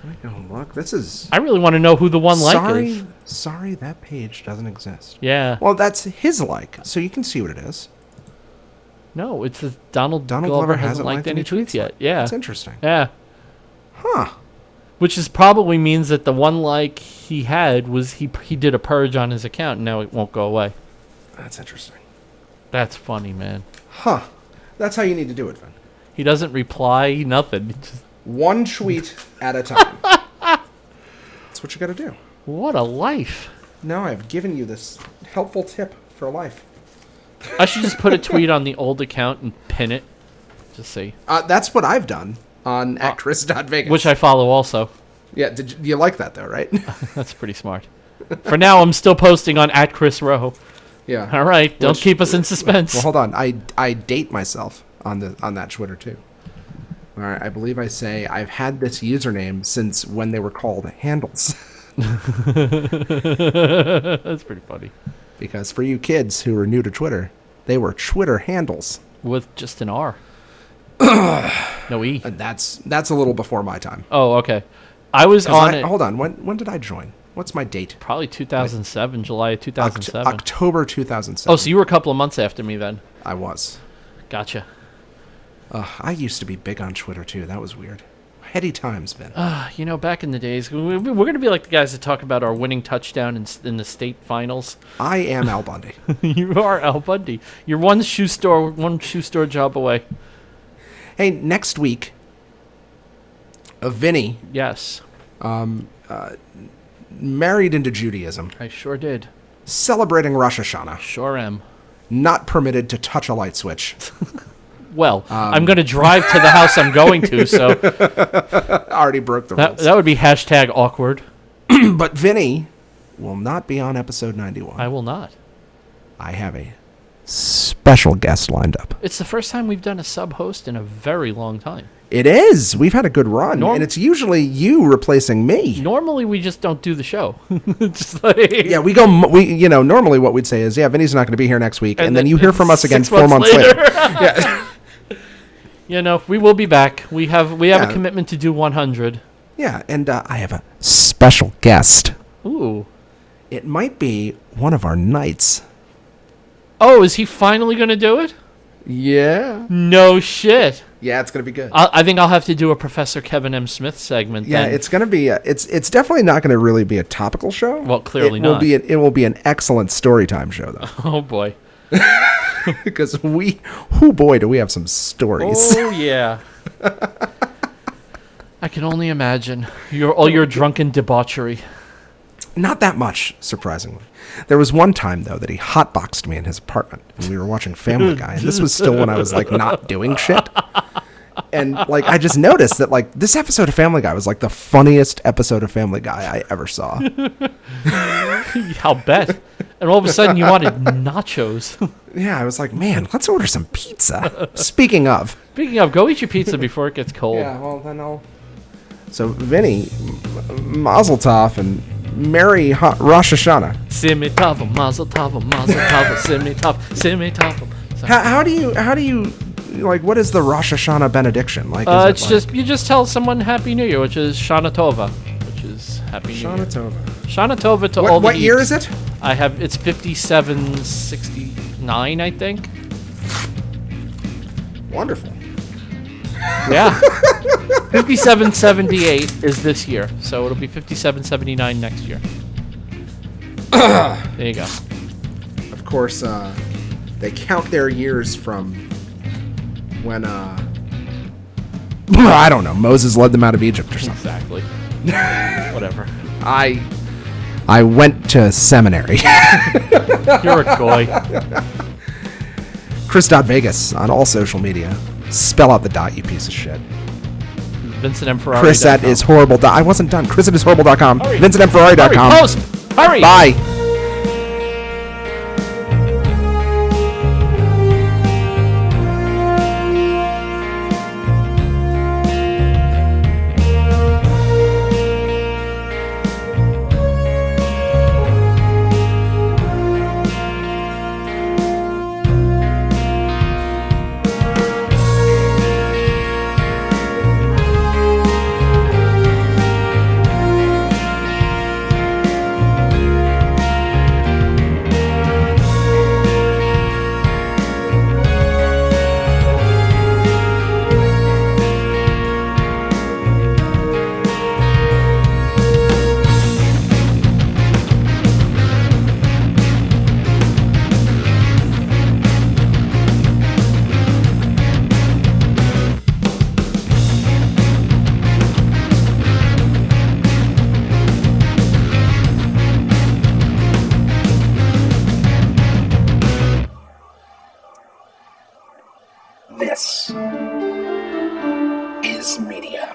A: let me go look, this is.
B: I really want to know who the one like
A: sorry,
B: is.
A: Sorry, that page doesn't exist.
B: Yeah.
A: Well, that's his like, so you can see what it is.
B: No, it's the Donald, Glover, hasn't, liked, any tweets yet. Yeah.
A: That's interesting.
B: Yeah.
A: Huh.
B: Which is probably means that the one like he had was he he did a purge on his account and now it won't go away.
A: That's interesting.
B: That's funny, man.
A: Huh. That's how you need to do it, Vin.
B: He doesn't reply nothing. Just-
A: One tweet at a time. That's what you gotta do.
B: What a life.
A: Now I've given you this helpful tip for life.
B: I should just put a tweet on the old account and pin it. Just see.
A: Uh, that's what I've done on at Chris.Vegas.
B: Uh, Which I follow also.
A: Yeah, did you, you like that though, right?
B: That's pretty smart. For now, I'm still posting on at Chris Rowe.
A: Yeah.
B: All right. Don't
A: Which-
B: keep us in suspense.
A: Well, hold on. I I date myself on the on that Twitter too. All right. I believe I say I've had this username since when they were called handles.
B: That's pretty funny.
A: Because for you kids who are new to Twitter, they were Twitter handles.
B: With just an R. no E.
A: And that's that's a little before my time.
B: Oh, okay. I was
A: 'Cause
B: on
A: I-
B: it
A: Hold on. When when did I join? What's my date?
B: probably 2007, July of 2007.
A: October 2007.
B: oh, so you were a couple of months after me then.
A: I was.
B: Gotcha.
A: Ugh, I used to be big on Twitter too. That was weird. Heady times, Vin.
B: Uh, you know, back in the days, we, we- we're going to be like the guys that talk about our winning touchdown in, s- in the state finals.
A: I am Al Bundy.
B: you are Al Bundy. You're one shoe store, one shoe store job away.
A: Hey, next week, uh, Vinny,
B: Yes,
A: um, uh, married into Judaism,
B: I sure did.
A: celebrating Rosh Hashanah,
B: Sure am.
A: not permitted to touch a light switch.
B: Well, I'm
A: Um.
B: going to drive to the house I'm going to, so
A: Already broke the
B: that,
A: rules.
B: that would be hashtag awkward.
A: but Vinny will not be on episode 91.
B: I will not.
A: I have a special guest lined up.
B: It's the first time we've done a sub host in a very long time.
A: It is. We've had a good run,
B: Norm-
A: and it's usually you replacing me.
B: Normally, we just don't do the show. Just like-
A: Yeah, we go. m- We you know normally what we'd say is yeah, Vinny's not going to be here next week, and, then, you hear from us again
B: six
A: four months later.
B: yeah. You know, we will be back. We have we have
A: Yeah.
B: a commitment to do 100.
A: Yeah, and uh, I have a special guest.
B: Ooh.
A: It might be one of our knights.
B: Oh, is he finally going to do it?
A: Yeah.
B: No shit.
A: Yeah, it's gonna be good.
B: I, I think I'll have to do a Professor Kevin M. Smith segment.
A: yeah,
B: then.
A: it's gonna be. A, it's it's definitely not gonna really be a topical show.
B: Well, clearly
A: it will
B: not.
A: Be an, it will be an excellent story time show though,
B: oh boy.
A: because we, oh boy, do we have some stories.
B: Oh yeah. I can only imagine your all your drunken debauchery.
A: Not that much, surprisingly. There was one time though that he hotboxed me in his apartment, and we were watching Family Guy, and this was still when I was like not doing shit. And like I just noticed that like this episode of Family Guy was like the funniest episode of Family Guy I ever saw.
B: I'll bet. And all of a sudden, you wanted nachos.
A: Yeah, I was like, man, let's order some pizza. Speaking of,
B: Speaking of, go eat your pizza before it gets cold.
A: Yeah, well then I'll. so Vinny, M- Mazel Tov, and Merry ha- Rosh Hashanah.
B: Simi tava, mazel tava, mazel tava, simi tava, simi tava.
A: How, how do you? How do you? Like, what is the Rosh Hashanah benediction? Like, is
B: Uh,
A: it
B: it's
A: like-
B: just you just tell someone Happy New Year, which is Shana Tova, which is Happy New Year.
A: Shana Tova.
B: Shana Tova to
A: What-
B: all. the
A: what year
B: geeks.
A: is it?
B: I have it's fifty-seven sixty-nine, I think.
M: Wonderful.
B: Yeah. 5778 is this year, so it'll be 5779 next year. there you go.
M: Of course, uh, they count their years from when. Uh,
A: I don't know. Moses led them out of Egypt or something.
B: Exactly. Whatever.
A: I I went to seminary.
B: You're a goy.
A: Chris dot Vegas on all social media. Spell out the dot, you piece of shit.
B: Vincent M. Ferrari.
A: Chris at is horrible. dot- I wasn't done. Chris at is horrible.com.
B: Hurry.
A: VincentMFerrari.com.
B: Hurry, post. Hurry.
A: Bye.
P: This is media.